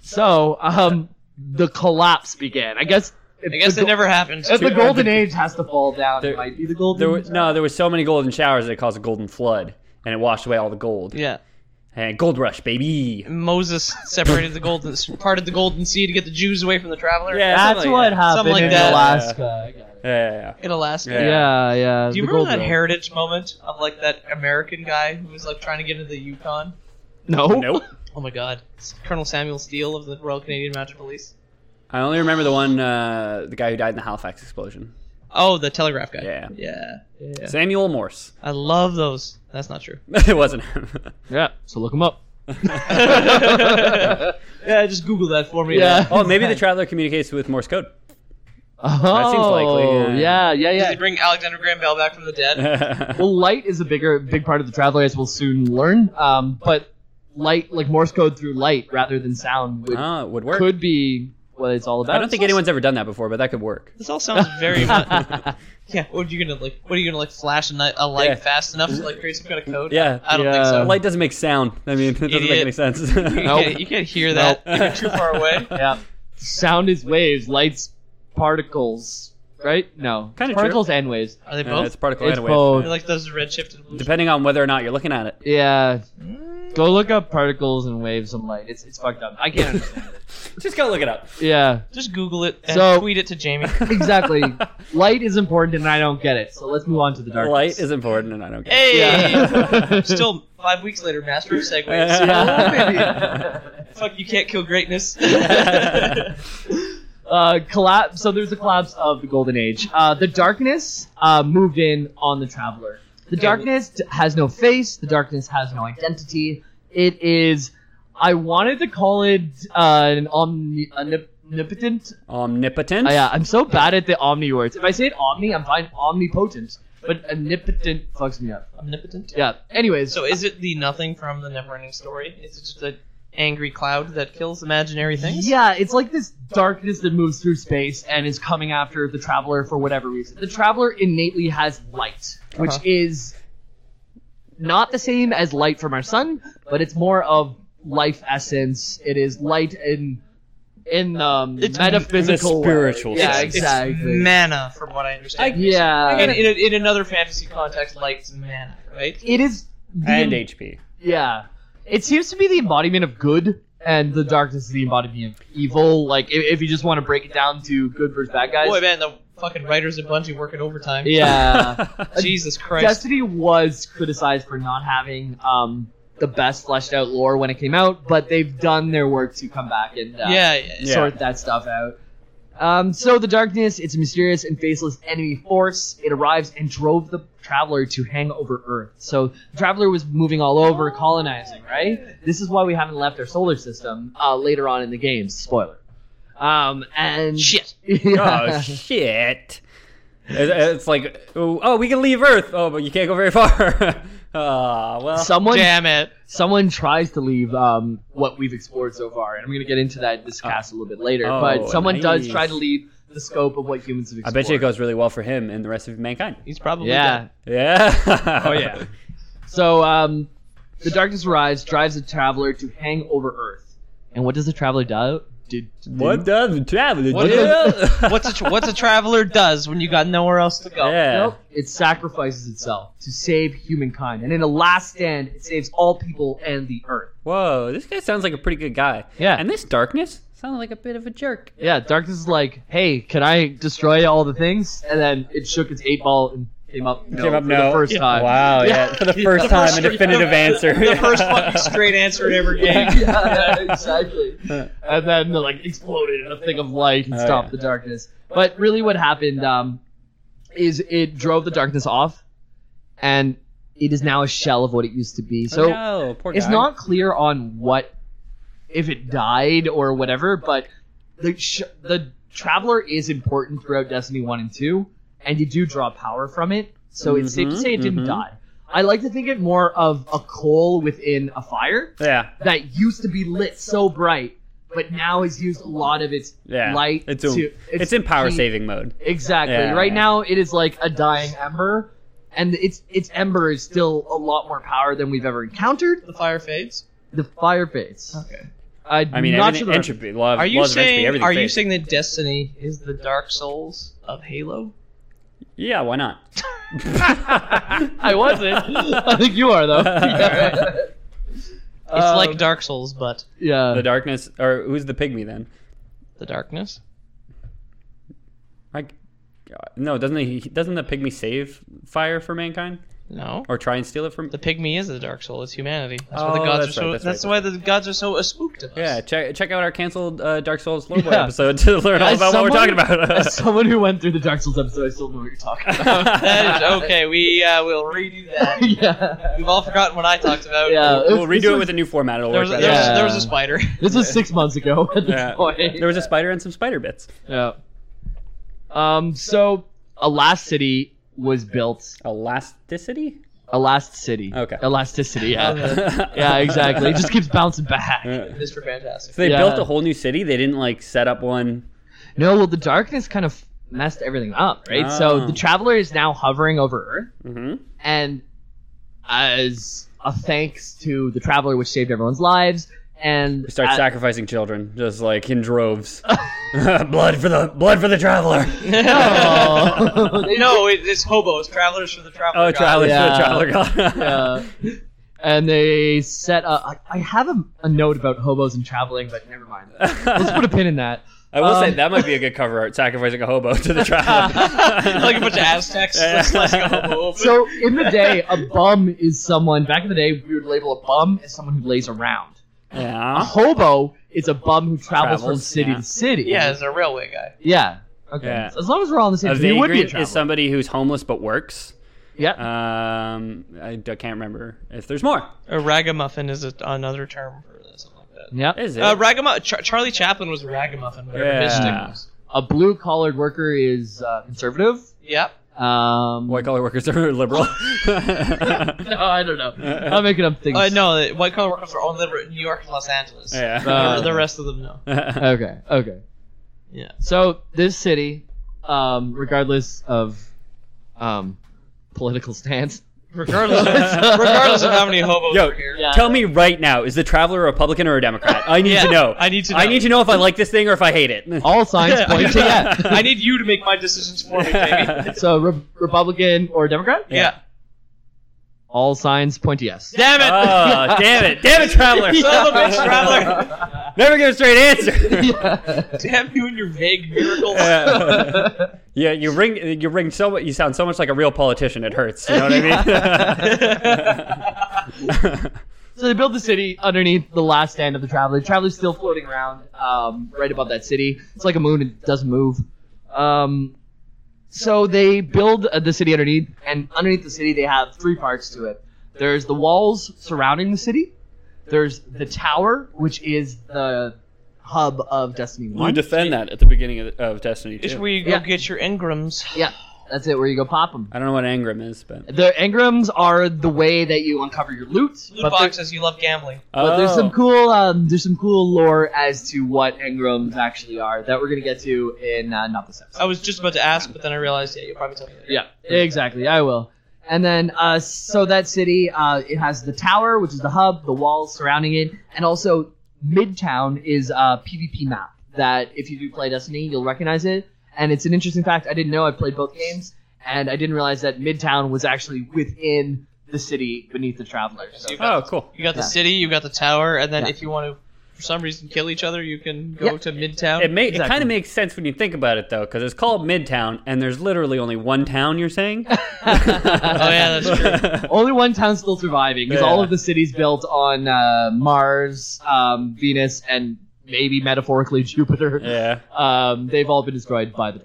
Speaker 1: So um, the collapse began. I guess. if
Speaker 3: I guess
Speaker 1: the
Speaker 3: it
Speaker 1: go-
Speaker 3: never happened.
Speaker 1: If the golden age has to fall down,
Speaker 2: There-
Speaker 1: it might be the golden.
Speaker 2: There were, no, there was so many golden showers that it caused a golden flood, and it washed away all the gold.
Speaker 3: Yeah.
Speaker 2: And gold rush, baby.
Speaker 3: Moses separated the golden, parted the golden sea to get the Jews away from the traveler.
Speaker 2: Yeah.
Speaker 1: That's
Speaker 2: Something like
Speaker 1: what
Speaker 2: that.
Speaker 1: happened
Speaker 3: Something like
Speaker 1: in
Speaker 3: that.
Speaker 1: Alaska.
Speaker 2: Yeah, yeah,
Speaker 3: In Alaska.
Speaker 2: Yeah.
Speaker 1: Yeah, yeah.
Speaker 3: Do you
Speaker 1: the
Speaker 3: remember that
Speaker 1: gold rush.
Speaker 3: heritage moment of like that American guy who was like trying to get into the Yukon?
Speaker 1: No.
Speaker 2: yeah. Nope.
Speaker 3: Oh my God! It's Colonel Samuel Steele of the Royal Canadian Mounted Police.
Speaker 2: I only remember the one, uh, the guy who died in the Halifax explosion.
Speaker 3: Oh, the telegraph guy.
Speaker 2: Yeah.
Speaker 3: Yeah. Yeah.
Speaker 2: Samuel Morse.
Speaker 3: I love those. That's not true.
Speaker 2: it wasn't him.
Speaker 1: Yeah. So look them up.
Speaker 3: yeah, just Google that for me.
Speaker 1: Yeah.
Speaker 2: oh, maybe the traveler communicates with Morse code.
Speaker 1: Oh,
Speaker 2: likely,
Speaker 1: Yeah,
Speaker 2: yeah.
Speaker 1: yeah,
Speaker 3: Does
Speaker 1: yeah.
Speaker 3: he bring Alexander Graham Bell back from the dead?
Speaker 2: well,
Speaker 1: Well, light is a bigger, big part of the traveler, as we'll soon learn. Um, but light, like Morse code through light rather than sound, would,
Speaker 2: oh, it would work.
Speaker 1: could be what it's all about.
Speaker 2: I don't think anyone's ever done that before, but that could work.
Speaker 3: This all sounds very much. Yeah. What are you gonna like? What are you gonna like? Flash a, night, a light
Speaker 2: Yeah.
Speaker 3: fast enough to like create some kind of code?
Speaker 2: Yeah. Uh,
Speaker 3: I don't
Speaker 1: Yeah.
Speaker 3: think so.
Speaker 2: Light doesn't make sound. I mean, it doesn't make
Speaker 3: Idiot.
Speaker 2: any sense.
Speaker 3: you,
Speaker 1: Nope.
Speaker 3: can't, you can't hear that. You're too far away.
Speaker 1: yeah. Sound is waves. Light's particles. Right? No.
Speaker 2: Kinda true.
Speaker 1: particles and waves.
Speaker 3: Are they
Speaker 2: Uh,
Speaker 3: both?
Speaker 2: it's particle
Speaker 1: It's
Speaker 2: and a wave.
Speaker 1: both.
Speaker 3: They're like those redshift and Mm. blue.
Speaker 2: Depending on whether or not you're looking at it.
Speaker 1: Yeah. Go look up particles and waves and light. It's it's fucked up. I can't. understand.
Speaker 2: Just go look it up.
Speaker 1: yeah.
Speaker 3: Just Google it and
Speaker 1: So-
Speaker 3: tweet it to Jamie.
Speaker 1: Exactly. light is important, and I don't get it. So let's move on to the dark.
Speaker 2: Light is important, and I don't care.
Speaker 3: Hey.
Speaker 1: Yeah.
Speaker 3: Still five weeks later, master of segues.
Speaker 1: Yeah.
Speaker 3: Fuck, you can't kill greatness.
Speaker 1: uh, collapse. So there's the collapse of the golden age. Uh, the darkness uh, moved in on the traveler. The darkness d- has no face. The darkness has no identity. It is. I wanted to call it uh, an omni- omnipotent.
Speaker 2: Omnipotent.
Speaker 1: Oh, yeah, I'm so bad at the omni words. If I say it omni, I'm fine. Omnipotent, but omnipotent fucks me up.
Speaker 3: Omnipotent.
Speaker 1: Yeah. Anyways,
Speaker 3: So is it the nothing from the Neverending Story? Is it just a angry cloud that kills imaginary things.
Speaker 1: Yeah, it's like this darkness that moves through space and is coming after the traveler for whatever reason. The traveler innately has light, which
Speaker 3: Uh-huh.
Speaker 1: is not the same as light from our sun, but it's more of life essence. It is light in in um,
Speaker 3: It's-
Speaker 1: metaphysical,
Speaker 2: in the spiritual
Speaker 1: way. Yeah,
Speaker 3: it's,
Speaker 2: sense.
Speaker 1: exactly.
Speaker 3: It's mana, from what I understand.
Speaker 1: yeah,
Speaker 3: and in, in another fantasy context, light's mana, right?
Speaker 1: it is. The
Speaker 2: and
Speaker 3: Mm.
Speaker 2: HP.
Speaker 1: Yeah. It seems to be the embodiment of good, and the darkness is the embodiment of evil. Like, if, if you just want to break it down to good versus bad guys.
Speaker 3: Boy, man, the fucking writers at Bungie working overtime.
Speaker 1: yeah.
Speaker 3: Jesus Christ.
Speaker 1: Destiny was criticized for not having um, the best fleshed out lore when it came out, but they've done their work to come back and uh,
Speaker 3: yeah, yeah.
Speaker 2: Yeah.
Speaker 1: sort that stuff out. Um, so the darkness, it's a mysterious and faceless enemy force. It arrives and drove the traveler to hang over Earth. So the traveler was moving all over, colonizing, right? This is why we haven't left our solar system uh, later on in the game. Spoiler. Um, and
Speaker 3: Shit.
Speaker 2: Oh
Speaker 1: Yeah.
Speaker 2: shit! It's, it's like oh, oh, we can leave Earth. Oh, but you can't go very far. Ah, well.
Speaker 1: Someone
Speaker 3: Damn it.
Speaker 1: someone tries to leave um, what we've explored so far, and I'm going to get into that in this cast a little bit later.
Speaker 2: Uh, Oh,
Speaker 1: but someone does
Speaker 2: nice.
Speaker 1: try to leave the scope of what humans have
Speaker 2: I
Speaker 1: explored.
Speaker 2: bet you it goes really well for him and the rest of mankind.
Speaker 3: He's probably
Speaker 1: Yeah.
Speaker 2: Yeah.
Speaker 3: Oh, yeah.
Speaker 1: So um, the darkness arrives, drives the traveler to hang over Earth. And what does the traveler do? Did
Speaker 2: What does the traveler
Speaker 3: What
Speaker 2: do?
Speaker 3: dead. What's a tra- what's a traveler does when you got nowhere else to go?
Speaker 2: yeah.
Speaker 1: Nope. It sacrifices itself to save humankind, and in a last stand, it saves all people and the Earth.
Speaker 2: Whoa, this guy sounds like a pretty good guy.
Speaker 1: Yeah.
Speaker 2: And this darkness sounds like a bit of a jerk.
Speaker 1: Yeah, darkness is like, hey, can I destroy all the things? And then it shook its eight ball and came up no
Speaker 2: Came up
Speaker 1: for
Speaker 2: no.
Speaker 1: the first
Speaker 2: Yeah.
Speaker 1: time.
Speaker 2: Wow, yeah. For the first time,
Speaker 3: first
Speaker 2: a definitive answer.
Speaker 3: The first fucking straight answer in every game.
Speaker 1: yeah, exactly. And then like exploded in a thing of light and
Speaker 2: Oh,
Speaker 1: stopped
Speaker 2: yeah.
Speaker 1: the darkness. But really, what happened um, is it drove the darkness off, and it is now a shell of what it used to be. So
Speaker 2: no, Oh, poor
Speaker 1: it's
Speaker 2: guy.
Speaker 1: not clear on what if it died or whatever, but the sh- the traveler is important throughout Destiny One and Two, and you do draw power from it. So it's safe to
Speaker 2: Mhm,
Speaker 1: say it didn't
Speaker 2: mhm.
Speaker 1: die. I like to think it more of a coal within a fire
Speaker 2: Yeah,
Speaker 1: that used to be lit so bright, but now has used a lot of its
Speaker 2: yeah.
Speaker 1: light.
Speaker 2: It's,
Speaker 1: to,
Speaker 2: it's, in power
Speaker 1: heat.
Speaker 2: saving mode.
Speaker 1: Exactly.
Speaker 2: Yeah.
Speaker 1: Right now, it is like a dying ember, and its its ember is still a lot more power than we've ever encountered.
Speaker 3: The fire fades.
Speaker 1: The fire fades.
Speaker 3: Okay.
Speaker 1: I'm
Speaker 2: I mean,
Speaker 1: not
Speaker 2: everything-
Speaker 1: sure the-
Speaker 2: entropy, law of,
Speaker 3: Are you
Speaker 2: laws of entropy,
Speaker 3: saying
Speaker 2: everything
Speaker 3: Are you
Speaker 2: fades.
Speaker 3: saying that Destiny is the Dark Souls of Halo?
Speaker 2: Yeah, why not?
Speaker 1: I wasn't. I think you are though.
Speaker 2: Alright.
Speaker 3: It's
Speaker 1: Um,
Speaker 3: like Dark Souls, but
Speaker 1: yeah.
Speaker 2: the darkness, or who's the pygmy then?
Speaker 3: the darkness.
Speaker 2: Like, no, doesn't he, doesn't the pygmy save fire for mankind
Speaker 3: No.
Speaker 2: or try and steal it from?
Speaker 3: The pygmy is the dark soul. It's humanity. That's why
Speaker 2: Oh,
Speaker 3: the gods
Speaker 2: that's
Speaker 3: are so.
Speaker 2: right,
Speaker 3: that's
Speaker 2: that's right,
Speaker 3: why the gods are so spooked of us.
Speaker 2: yeah, check check out our canceled uh, Dark Souls Loreboy
Speaker 1: Yeah.
Speaker 2: episode to learn all
Speaker 1: As
Speaker 2: about what we're talking
Speaker 1: someone-
Speaker 2: about.
Speaker 1: As someone who went through the Dark Souls episode, I still know what you're talking about.
Speaker 3: That is okay. We uh, will redo that.
Speaker 1: yeah.
Speaker 3: We've all forgotten what I talked about.
Speaker 1: Yeah.
Speaker 2: we'll
Speaker 1: This
Speaker 2: redo it
Speaker 1: was-
Speaker 2: with a new format. It'll
Speaker 3: There
Speaker 2: work
Speaker 3: was, there,
Speaker 2: better.
Speaker 3: was,
Speaker 1: Yeah.
Speaker 3: there was a spider.
Speaker 1: This was six months ago at this
Speaker 2: Yeah.
Speaker 1: point.
Speaker 2: There was a spider and some spider bits.
Speaker 1: Yeah. Um. So, Elasticity was built.
Speaker 2: Elasticity?
Speaker 1: Elasticity.
Speaker 2: Okay.
Speaker 1: Elasticity. Yeah. yeah.
Speaker 2: yeah,
Speaker 1: Exactly. It just keeps bouncing back.
Speaker 2: so
Speaker 3: Mr. Fantastic.
Speaker 2: they
Speaker 1: Yeah.
Speaker 2: built a whole new city. They didn't like set up one.
Speaker 1: No. Well, the darkness kind of messed everything up, right? So
Speaker 2: Ah.
Speaker 1: the traveler is now hovering over Earth,
Speaker 2: hmm
Speaker 1: and as a thanks to the traveler, which saved everyone's lives, and
Speaker 2: They start
Speaker 1: uh,
Speaker 2: sacrificing children, just like in droves. blood for the blood for the traveler.
Speaker 1: Oh.
Speaker 3: no, it, it's hobos, travelers for the traveler.
Speaker 2: Oh,
Speaker 3: god.
Speaker 2: traveler
Speaker 1: Yeah.
Speaker 2: for the traveler god.
Speaker 1: uh, and they set up. I, I have a, a note about hobos and traveling, but never mind. Let's put a pin in that.
Speaker 2: I will say
Speaker 1: Um,
Speaker 2: that might be a good cover art, sacrificing a hobo to the traveler.
Speaker 3: like a bunch of Aztecs
Speaker 2: Yeah.
Speaker 3: slicing a hobo open.
Speaker 1: So in the day, a bum is someone. Back in the day, we would label a bum as someone who lays around. A
Speaker 2: yeah.
Speaker 1: hobo is a bum who travels, from
Speaker 2: Travels,
Speaker 1: city
Speaker 2: yeah.
Speaker 1: to city.
Speaker 3: yeah, it's a railway guy.
Speaker 1: Yeah. Okay.
Speaker 2: Yeah.
Speaker 1: As long as we're all on the
Speaker 2: A
Speaker 1: same, page, you would be a
Speaker 2: vagrant
Speaker 1: traveler.
Speaker 2: is somebody who's homeless but works.
Speaker 1: yeah.
Speaker 2: Um, I, d- can't remember if there's more.
Speaker 3: A ragamuffin is a, another term for something like that.
Speaker 1: yeah.
Speaker 2: Is it?
Speaker 3: Uh, ragamuffin. Char- Charlie Chaplin was a ragamuffin. Whatever his
Speaker 2: Yeah.
Speaker 3: name was.
Speaker 1: A blue collared worker is uh, conservative.
Speaker 3: Yep.
Speaker 1: Um,
Speaker 2: White collar workers are liberal.
Speaker 1: no, I don't know. I'm making up things.
Speaker 3: Uh, no, white collar workers are only in New York and Los Angeles.
Speaker 2: yeah.
Speaker 1: Uh,
Speaker 3: The- the rest of them, no.
Speaker 1: Okay, okay.
Speaker 3: Yeah.
Speaker 1: So this city, um, regardless of um, political stance,
Speaker 3: Regardless, of, regardless of how many hobos
Speaker 2: Yo,
Speaker 3: are here.
Speaker 1: Yeah.
Speaker 2: Tell me right now, is the traveler a Republican or a Democrat? I need
Speaker 3: Yeah,
Speaker 2: to know.
Speaker 3: I need to know.
Speaker 2: I need to know if I like this thing or if I hate it.
Speaker 1: all signs point to yes.
Speaker 3: I need you to make my decisions for me, baby.
Speaker 1: So re- Republican or Democrat?
Speaker 3: Yeah.
Speaker 1: All signs point to yes.
Speaker 3: Damn it!
Speaker 2: Oh, damn it. Damn it, traveler.
Speaker 3: Son of a bitch, traveler!
Speaker 2: Never give a straight answer.
Speaker 3: Damn you and your vague miracles.
Speaker 2: yeah. Yeah, you ring you ring so mu- you sound so much like a real politician it hurts, you know what I mean?
Speaker 1: So they build the city underneath the last stand of the Traveler. The Traveler's still floating around, um, right above that city. It's like a moon; it doesn't move. Um, so they build uh, the city underneath, and underneath the city they have three parts to it. There's the walls surrounding the city. There's the tower, which is the hub of Destiny One.
Speaker 2: defend that at the beginning of, of Destiny
Speaker 3: It's where you go
Speaker 1: Yeah.
Speaker 3: get your Ingrams.
Speaker 1: yeah, that's it. Where you go pop them.
Speaker 2: I don't know what Angram is, but
Speaker 1: The engrams are the way that you uncover your loot.
Speaker 3: Loot
Speaker 1: but there-
Speaker 3: boxes, you love gambling.
Speaker 1: But there's some
Speaker 2: Oh.
Speaker 1: cool, um, there's some cool lore as to what engrams actually are that we're gonna get to in uh, not this episode.
Speaker 3: I was just about to ask, but then I realized, yeah, you'll probably tell me later.
Speaker 1: Yeah, exactly. I will. And then, uh, so that city, uh, it has the tower, which is the hub, the walls surrounding it, and also Midtown is uh, a PvP map that if you do play Destiny, you'll recognize it. And it's an interesting fact. I didn't know I played both games, and I didn't realize that Midtown was actually within the city beneath the Traveler. So
Speaker 3: You've
Speaker 2: Oh,
Speaker 3: got
Speaker 2: cool.
Speaker 3: You got the
Speaker 1: Yeah.
Speaker 3: city, you got the tower, and then
Speaker 1: Yeah.
Speaker 3: if you want to, for some reason, kill each other, you can go
Speaker 1: Yeah.
Speaker 3: to Midtown.
Speaker 2: It, ma- it
Speaker 1: Exactly.
Speaker 2: kind of makes sense when you think about it, though, because it's called Midtown, and there's literally only one town. You're saying?
Speaker 3: oh yeah, that's true.
Speaker 1: Only one town's still surviving because
Speaker 2: Yeah.
Speaker 1: all of the cities built on uh, Mars, um, Venus, and maybe metaphorically Jupiter.
Speaker 2: yeah.
Speaker 1: Um, they've all been destroyed by the.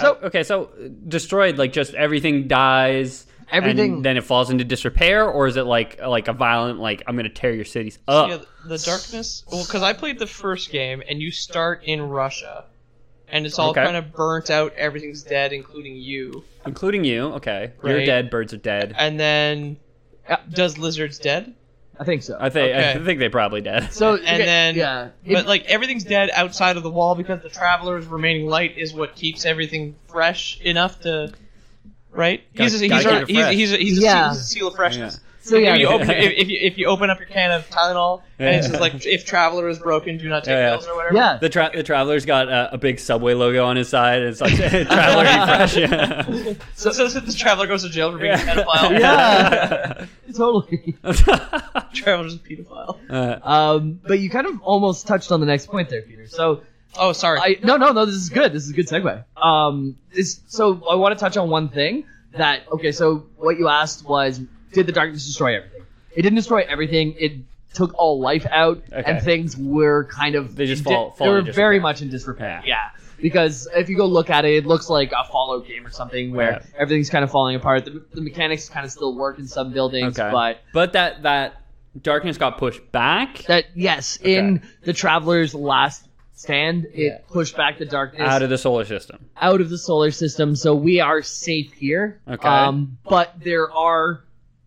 Speaker 2: So okay, so uh, destroyed, like just everything dies. and
Speaker 1: Everything-
Speaker 2: then it falls into disrepair, or is it like like a violent like I'm gonna tear your cities up?
Speaker 3: Yeah, the darkness. Well, because I played the first game, and you start in Russia, and it's all
Speaker 2: Okay.
Speaker 3: kind of burnt out. Everything's dead, including you.
Speaker 2: Including you, okay. You're
Speaker 3: Right.
Speaker 2: dead. Birds are dead.
Speaker 3: And then, uh, does lizards dead?
Speaker 1: I think so.
Speaker 2: I think I
Speaker 3: Okay.
Speaker 2: think they probably dead.
Speaker 1: so
Speaker 3: and then-
Speaker 1: yeah,
Speaker 3: But like everything's dead outside of the wall because the traveler's remaining light is what keeps everything fresh enough to. Right?
Speaker 2: Gotta-
Speaker 3: he's a, he's,
Speaker 2: gotta
Speaker 3: a,
Speaker 2: keep it
Speaker 3: he's, a,
Speaker 2: fresh.
Speaker 3: he's, a, he's, a,
Speaker 1: Yeah.
Speaker 3: seal, he's a seal of freshness.
Speaker 1: so yeah,
Speaker 3: if, you open, if, if you if you open up your can of Tylenol and it's just like if Traveler is broken, do not take
Speaker 2: Yeah.
Speaker 3: pills or whatever.
Speaker 1: yeah.
Speaker 2: The tra- the traveler's got uh, a big subway logo on his side, and it's like traveler refresh. Yeah.
Speaker 3: So, so, so this Traveler goes to jail for being a pedophile.
Speaker 1: Yeah. totally.
Speaker 3: Traveler's a pedophile.
Speaker 2: Uh,
Speaker 1: Um, but you kind of almost touched on the next point there, Peter. So
Speaker 3: Oh, sorry.
Speaker 1: I no no no this is good. This is a good segue. Um this so I want to touch on one thing that okay, so what you asked was did the darkness destroy everything? It didn't destroy everything. It took all life out
Speaker 2: Okay.
Speaker 1: and things were kind of
Speaker 2: They just
Speaker 1: in
Speaker 2: fall- fall
Speaker 1: they were
Speaker 2: into
Speaker 1: very
Speaker 2: disrepair.
Speaker 1: much in disrepair.
Speaker 2: Yeah.
Speaker 1: Yeah. Because if you go look at it, it looks like a Fallout game or something where
Speaker 2: Yeah.
Speaker 1: everything's kind of falling apart. The, the mechanics kind of still work in some buildings,
Speaker 2: okay.
Speaker 1: but
Speaker 2: but that that darkness got pushed back.
Speaker 1: that yes, in the Traveler's last stand, it pushed back the darkness
Speaker 2: out of the solar system.
Speaker 1: out of the solar system, so we are safe here.
Speaker 2: Okay.
Speaker 1: Um, but there are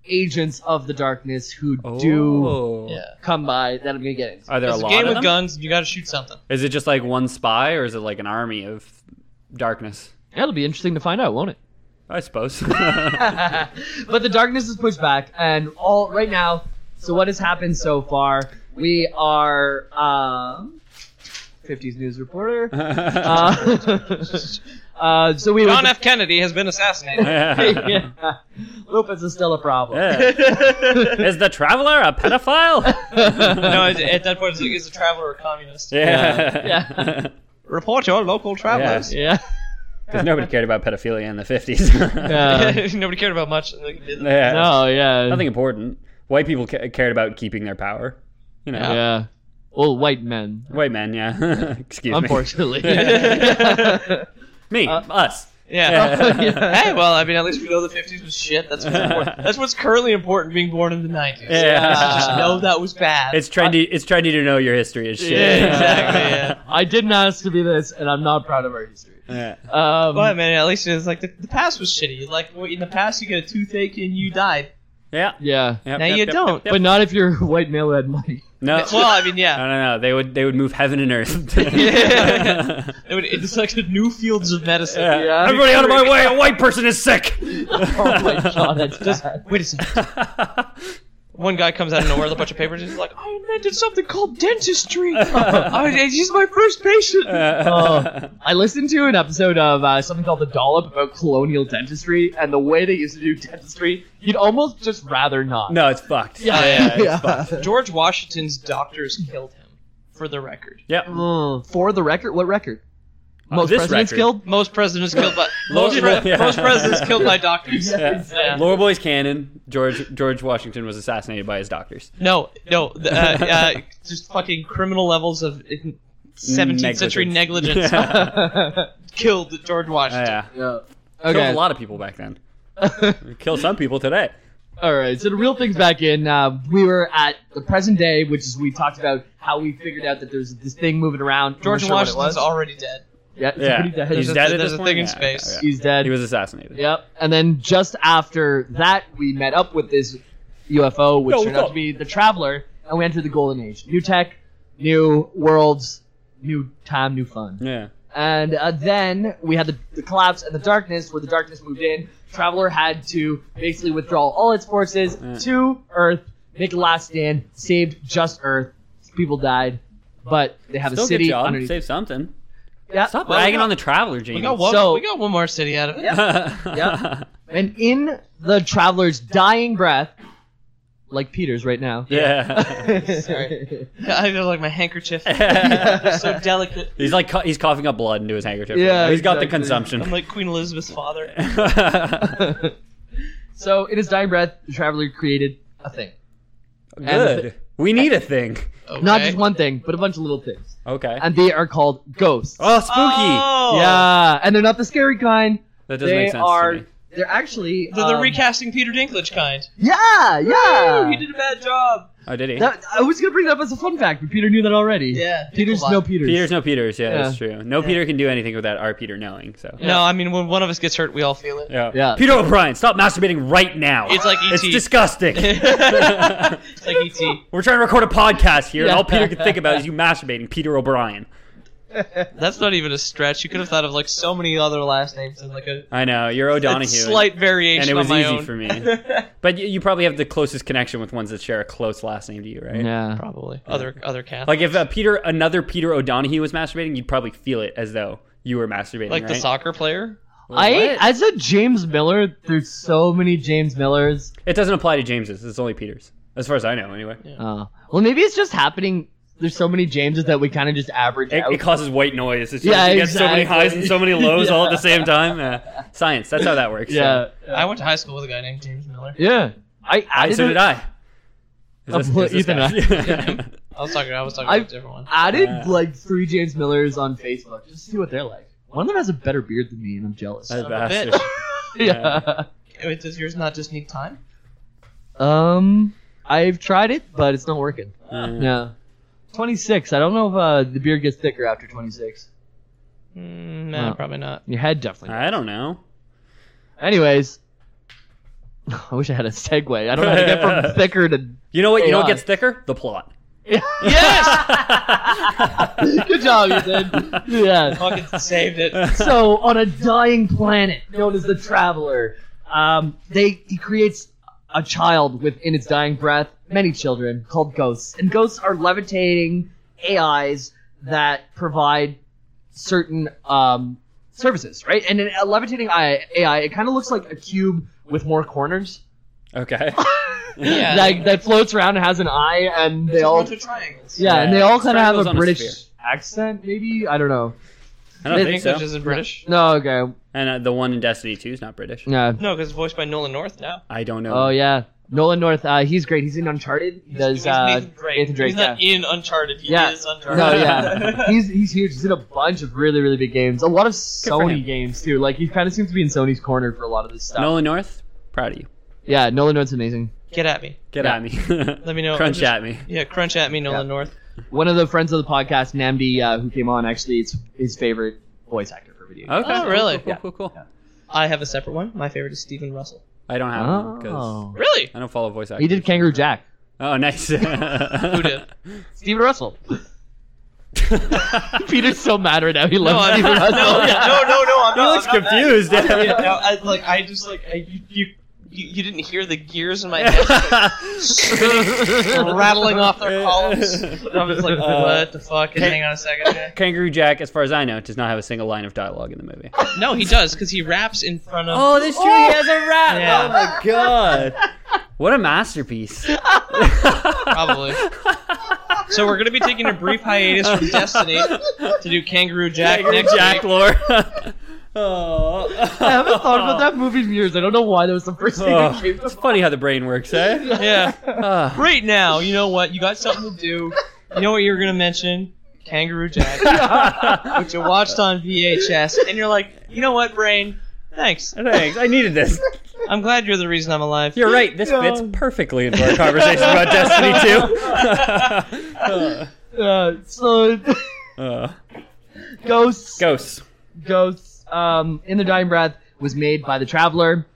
Speaker 1: agents of the darkness who do
Speaker 2: Oh.
Speaker 3: yeah.
Speaker 1: come by that I'm gonna get into.
Speaker 2: Are there
Speaker 3: It's
Speaker 2: a
Speaker 3: a
Speaker 2: lot
Speaker 3: game
Speaker 2: of
Speaker 3: with
Speaker 2: them?
Speaker 3: guns. You got to shoot something.
Speaker 2: Is it just like one spy, or is it like an army of darkness?
Speaker 1: That'll be interesting to find out, won't it?
Speaker 2: I suppose.
Speaker 1: Uh, but the darkness is pushed back, and all right now. So what has happened so far? We are um, 50s news reporter. Uh, uh, so we
Speaker 3: John F. Kennedy has been assassinated.
Speaker 2: yeah.
Speaker 1: yeah. Lupus is still a problem.
Speaker 2: Is the traveler a pedophile?
Speaker 3: no, at, at that point, it's like, is a traveler a communist?
Speaker 2: yeah.
Speaker 1: Yeah.
Speaker 3: Report your local travelers.
Speaker 1: Yeah.
Speaker 2: Because nobody cared about pedophilia in the 50s.
Speaker 1: Yeah.
Speaker 3: Nobody cared about much. and they didn't.
Speaker 2: Yeah.
Speaker 1: No, yeah.
Speaker 2: Nothing important. White people ca- cared about keeping their power. You know.
Speaker 1: Yeah. Well, white men,
Speaker 2: White men, yeah. Excuse me.
Speaker 1: unfortunately.
Speaker 2: Me, Uh, us.
Speaker 3: Yeah.
Speaker 2: Yeah.
Speaker 3: Hey, well, I mean, at least we know the 50s was shit. That's what's important. That's what's currently important being born in the 90s.
Speaker 2: Yeah.
Speaker 3: Is to just know that was bad.
Speaker 2: It's trendy. It's trendy to know your history is shit.
Speaker 3: Yeah, exactly. Yeah.
Speaker 1: I didn't ask to be this, and I'm not proud of our history.
Speaker 2: Yeah.
Speaker 1: Um,
Speaker 3: But, man, at least it's like the, the past was shitty. Like, well, in the past, you get a toothache and you died.
Speaker 2: Yeah.
Speaker 1: yeah,
Speaker 2: Yep,
Speaker 3: Now
Speaker 2: yep,
Speaker 3: you
Speaker 2: yep,
Speaker 3: don't.
Speaker 2: yep, yep.
Speaker 1: but not if you're white male had money.
Speaker 2: No.
Speaker 3: Well, I mean,
Speaker 2: no,
Speaker 3: yeah.
Speaker 2: no, no. They would. They would move heaven and earth.
Speaker 3: Yeah. It would, it's like the new fields of medicine.
Speaker 2: Yeah.
Speaker 1: Yeah.
Speaker 2: Everybody out of my way! A white person is sick.
Speaker 1: Oh my god, that's just
Speaker 3: Wait a second. One guy comes out of nowhere with a bunch of papers. He's like, I invented something called dentistry. I, he's my first patient.
Speaker 1: Oh, I listened to an episode of uh, something called The Dollop about colonial dentistry, and the way they used to do dentistry, you'd almost just rather not.
Speaker 2: no, it's fucked.
Speaker 1: Yeah,
Speaker 2: yeah, it's
Speaker 1: yeah.
Speaker 3: Oh, George Washington's doctors killed him, for the record.
Speaker 2: Yep.
Speaker 1: Mm, For the record, what record?
Speaker 2: Uh,
Speaker 1: Most
Speaker 2: this
Speaker 1: presidents
Speaker 2: record.
Speaker 1: killed.
Speaker 3: Most presidents killed by most,
Speaker 2: Lord-
Speaker 3: pre-
Speaker 2: yeah.
Speaker 3: most presidents killed by doctors.
Speaker 2: Yeah.
Speaker 3: Yeah.
Speaker 2: Lower Boys Cannon. George George Washington was assassinated by his doctors.
Speaker 3: No, no, th- uh, uh, just fucking criminal levels of 17th century negligence
Speaker 2: Yeah. Oh,
Speaker 3: killed George Washington.
Speaker 2: yeah.
Speaker 1: yeah.
Speaker 2: Killed
Speaker 1: Okay.
Speaker 2: a lot of people back then. Kill some people today.
Speaker 1: All right. So the real thing's back in. Uh, we were at the present day, which is we talked about how we figured out that there's this thing moving around.
Speaker 3: George
Speaker 1: We're sure what it
Speaker 3: Washington's
Speaker 1: was.
Speaker 3: already dead.
Speaker 1: yeah, it's
Speaker 2: Yeah.
Speaker 1: pretty dead.
Speaker 2: He's
Speaker 3: a-
Speaker 2: dead at
Speaker 3: there's
Speaker 2: this
Speaker 3: a
Speaker 2: point?
Speaker 3: thing in
Speaker 2: Yeah,
Speaker 3: space.
Speaker 2: yeah, yeah.
Speaker 1: He's dead.
Speaker 2: He was assassinated.
Speaker 1: Yep. And then just after that, we met up with this UFO, which
Speaker 2: No,
Speaker 1: turned
Speaker 2: no.
Speaker 1: out to be the Traveler, and we entered the Golden Age. New tech, new worlds, new time, new fun.
Speaker 2: Yeah.
Speaker 1: And uh, then we had the, the collapse and the darkness, where the darkness moved in. Traveler had to basically withdraw all its forces to Earth, make a last stand, saved just Earth. People died, but they have
Speaker 2: Still
Speaker 1: a
Speaker 2: good
Speaker 1: city
Speaker 2: job.
Speaker 1: underneath.
Speaker 2: Save something.
Speaker 1: Yeah.
Speaker 2: Stop
Speaker 3: Well, we
Speaker 2: ragging
Speaker 3: got-
Speaker 2: on the traveler, James.
Speaker 3: We got one.
Speaker 1: So-
Speaker 3: we got one more city out of it.
Speaker 2: yeah.
Speaker 1: And in the traveler's dying breath, like Peter's right now.
Speaker 2: yeah.
Speaker 1: Sorry.
Speaker 3: I feel like my handkerchief. so delicate.
Speaker 2: he's like cu- he's coughing up blood into his handkerchief.
Speaker 1: Yeah,
Speaker 2: He's got the
Speaker 1: exactly.
Speaker 2: consumption.
Speaker 3: I'm like Queen Elizabeth's father.
Speaker 1: so in his dying breath, the traveler created a thing.
Speaker 2: Good. We need a thing.
Speaker 1: Not
Speaker 3: Okay.
Speaker 1: just one thing, but a bunch of little things.
Speaker 2: Okay.
Speaker 1: And they are called ghosts.
Speaker 2: oh, spooky.
Speaker 3: Oh,
Speaker 1: Yeah, and they're not the scary kind.
Speaker 2: That doesn't
Speaker 1: They
Speaker 2: make sense.
Speaker 1: are.
Speaker 2: To me.
Speaker 1: They're actually.
Speaker 3: They're the
Speaker 1: um,
Speaker 3: recasting Peter Dinklage kind.
Speaker 1: Yeah, yeah.
Speaker 3: Woo, he did a bad job.
Speaker 2: Oh, did he?
Speaker 1: That- I was gonna bring that up as a fun fact, but Peter knew that already.
Speaker 3: Yeah,
Speaker 1: Peter's
Speaker 3: a lot.
Speaker 1: no Peter's.
Speaker 2: Peter's no Peter's. Yeah, that's
Speaker 1: Yeah.
Speaker 2: true. No Peter can do anything without our Peter knowing. So.
Speaker 3: No, I mean when one of us gets hurt, we all feel it.
Speaker 2: Yeah.
Speaker 1: Yeah.
Speaker 2: Peter O'Brien, stop masturbating right now.
Speaker 3: It's like ET.
Speaker 2: It's disgusting.
Speaker 3: It's like E ET.
Speaker 2: We're trying to record a podcast here, and
Speaker 1: Yeah.
Speaker 2: all Peter can think about is you masturbating, Peter O'Brien.
Speaker 3: That's not even a stretch. You could have thought of like so many other last names and like a,
Speaker 2: I know you're
Speaker 3: a
Speaker 2: O'Donoghue,
Speaker 3: slight variation.
Speaker 2: and it was
Speaker 3: on my
Speaker 2: easy
Speaker 3: own.
Speaker 2: for me. but you, you probably have the closest connection with ones that share a close last name to you, right?
Speaker 1: Yeah.
Speaker 3: Probably other other cat. Like,
Speaker 2: Like if uh, Peter, another Peter O'Donoghue was masturbating, you'd probably feel it as though you were masturbating.
Speaker 3: the
Speaker 2: right?
Speaker 3: soccer player.
Speaker 1: I
Speaker 2: What?
Speaker 1: as a James Miller, there's so many James Millers.
Speaker 2: It doesn't apply to James's. It's only Peter's, as far as I know, anyway.
Speaker 1: Oh. Well, maybe it's just happening. There's so many Jameses that we kind of just average
Speaker 2: It,
Speaker 1: out.
Speaker 2: it causes white noise. It's just,
Speaker 1: Yeah,
Speaker 2: you get so many
Speaker 1: exactly.
Speaker 2: highs and so many lows all at the
Speaker 1: Yeah.
Speaker 2: same time. Yeah. Science. That's how that works.
Speaker 1: yeah.
Speaker 3: I went to high school with a guy named James Miller.
Speaker 1: Yeah. I
Speaker 2: I,
Speaker 1: added,
Speaker 2: so did I. Is
Speaker 1: Oh, well, Ethan,
Speaker 2: guy?
Speaker 3: I was talking. I was talking
Speaker 1: I-
Speaker 3: about a different one.
Speaker 1: added
Speaker 2: Yeah.
Speaker 1: like three James Millers on Facebook just to see what they're like. One of them has a better beard than me, and I'm jealous.
Speaker 2: That
Speaker 3: Son of a
Speaker 2: bastard.
Speaker 3: bitch.
Speaker 1: yeah.
Speaker 3: Wait, does yours not just need time?
Speaker 1: Um, I've tried it, but it's not working.
Speaker 2: Yeah.
Speaker 1: No. 26. I don't know if uh, the beard gets thicker after 26.
Speaker 3: Mm, no,
Speaker 1: No.
Speaker 3: probably not.
Speaker 1: Your head definitely.
Speaker 2: I don't know.
Speaker 1: Anyways, I wish I had a segue. I don't know how to get from thicker to.
Speaker 2: You know what? You know what
Speaker 1: AI.
Speaker 2: gets thicker? The plot.
Speaker 3: Yes,
Speaker 1: Good job, you did. Yeah.
Speaker 3: fucking saved it.
Speaker 1: so on a dying planet known as the traveler um, they he creates a child within its dying breath many children called ghosts and ghosts are levitating ais that provide certain um, services right and in a levitating AI, AI it kind of looks like a cube with more corners
Speaker 2: Okay.
Speaker 3: Yeah,
Speaker 1: that, that floats around and has an eye and they
Speaker 3: Just a
Speaker 1: all
Speaker 3: bunch of triangles.
Speaker 1: yeah, and
Speaker 2: Yeah.
Speaker 1: they all kind of have
Speaker 2: Triangles
Speaker 1: a
Speaker 2: on a
Speaker 1: British
Speaker 2: sphere.
Speaker 1: accent maybe I don't know
Speaker 2: I don't think
Speaker 3: English
Speaker 2: so.
Speaker 3: isn't British.
Speaker 1: no okay
Speaker 2: And uh, the one in Destiny 2 is not British.
Speaker 1: yeah
Speaker 3: No, because it's voiced by Nolan North now.
Speaker 2: I don't know.
Speaker 1: oh yeah Nolan North, uh, he's great. He's in Uncharted. He does
Speaker 3: He's
Speaker 1: uh,
Speaker 3: Nathan Drake. He's
Speaker 1: yeah.
Speaker 3: not in Uncharted. He
Speaker 1: Yeah.
Speaker 3: is
Speaker 1: No,
Speaker 3: Uncharted.
Speaker 1: yeah, he's he's huge. He's in a bunch of really really big games. A lot of
Speaker 2: for
Speaker 1: Sony
Speaker 2: him.
Speaker 1: games too. Like he kind of seems to be in Sony's corner for a lot of this stuff.
Speaker 2: Nolan North, proud of you.
Speaker 1: Yeah, Nolan North's amazing.
Speaker 3: Get at me.
Speaker 2: Get
Speaker 1: Yeah.
Speaker 2: at me.
Speaker 3: Let me know.
Speaker 2: Crunch
Speaker 3: Just-
Speaker 2: at me.
Speaker 3: Yeah, crunch at me, Nolan
Speaker 1: Yeah.
Speaker 3: North.
Speaker 1: One of the friends of the podcast, Namdi, uh, who came on, actually, it's his favorite voice actor for video. games.
Speaker 2: Okay.
Speaker 3: Oh, really?
Speaker 2: Cool, cool, cool. cool.
Speaker 3: I have a separate one. My favorite is Stephen Russell.
Speaker 2: I don't have one because
Speaker 1: Oh.
Speaker 3: Really?
Speaker 2: I don't follow voice actors.
Speaker 1: He did Kangaroo Jack.
Speaker 2: Oh, nice. Who did?
Speaker 1: Steven Russell. Peter's so mad right now. He loves
Speaker 3: I'm-
Speaker 1: Steven
Speaker 3: no,
Speaker 1: Russell.
Speaker 3: yeah, no, no, no. I'm
Speaker 2: He
Speaker 3: not,
Speaker 2: looks
Speaker 3: I'm not that.
Speaker 2: confused.
Speaker 3: Yeah, no, I, like I just like I, you, you you you didn't hear the gears in my head rattling off their columns. I was like, what the fuck? Hang on a second. here.
Speaker 2: Kangaroo Jack, as far as I know, does not have a single line of dialogue in the movie.
Speaker 3: No, he does because he raps in front of.
Speaker 2: Oh, that's true. He has a rap.
Speaker 3: Yeah.
Speaker 2: Oh my god. What a masterpiece.
Speaker 3: Probably. so we're gonna be taking a brief hiatus from Destiny to do Kangaroo Jack
Speaker 2: Kangaroo
Speaker 3: next
Speaker 2: Jack
Speaker 3: week.
Speaker 2: lore. oh.
Speaker 1: I haven't thought about that movie in years. I don't know why that was the first thing
Speaker 2: Oh,
Speaker 1: that came to
Speaker 2: it's funny how the brain works, eh?
Speaker 3: Yeah.
Speaker 2: Ah.
Speaker 3: Right now, you know what? You got something to do. You know what you were gonna mention? Kangaroo Jack, which you watched on VHS, and you're like, you know what, brain? Thanks.
Speaker 2: Thanks. I needed this.
Speaker 3: I'm glad you're the reason I'm alive.
Speaker 2: You're right. This fits perfectly into our conversation about Destiny 2. Uh,
Speaker 1: Uh, so,
Speaker 2: uh,
Speaker 1: Ghosts.
Speaker 2: ghosts.
Speaker 1: Ghosts. Um, In the Dying Breath was made by the Traveler.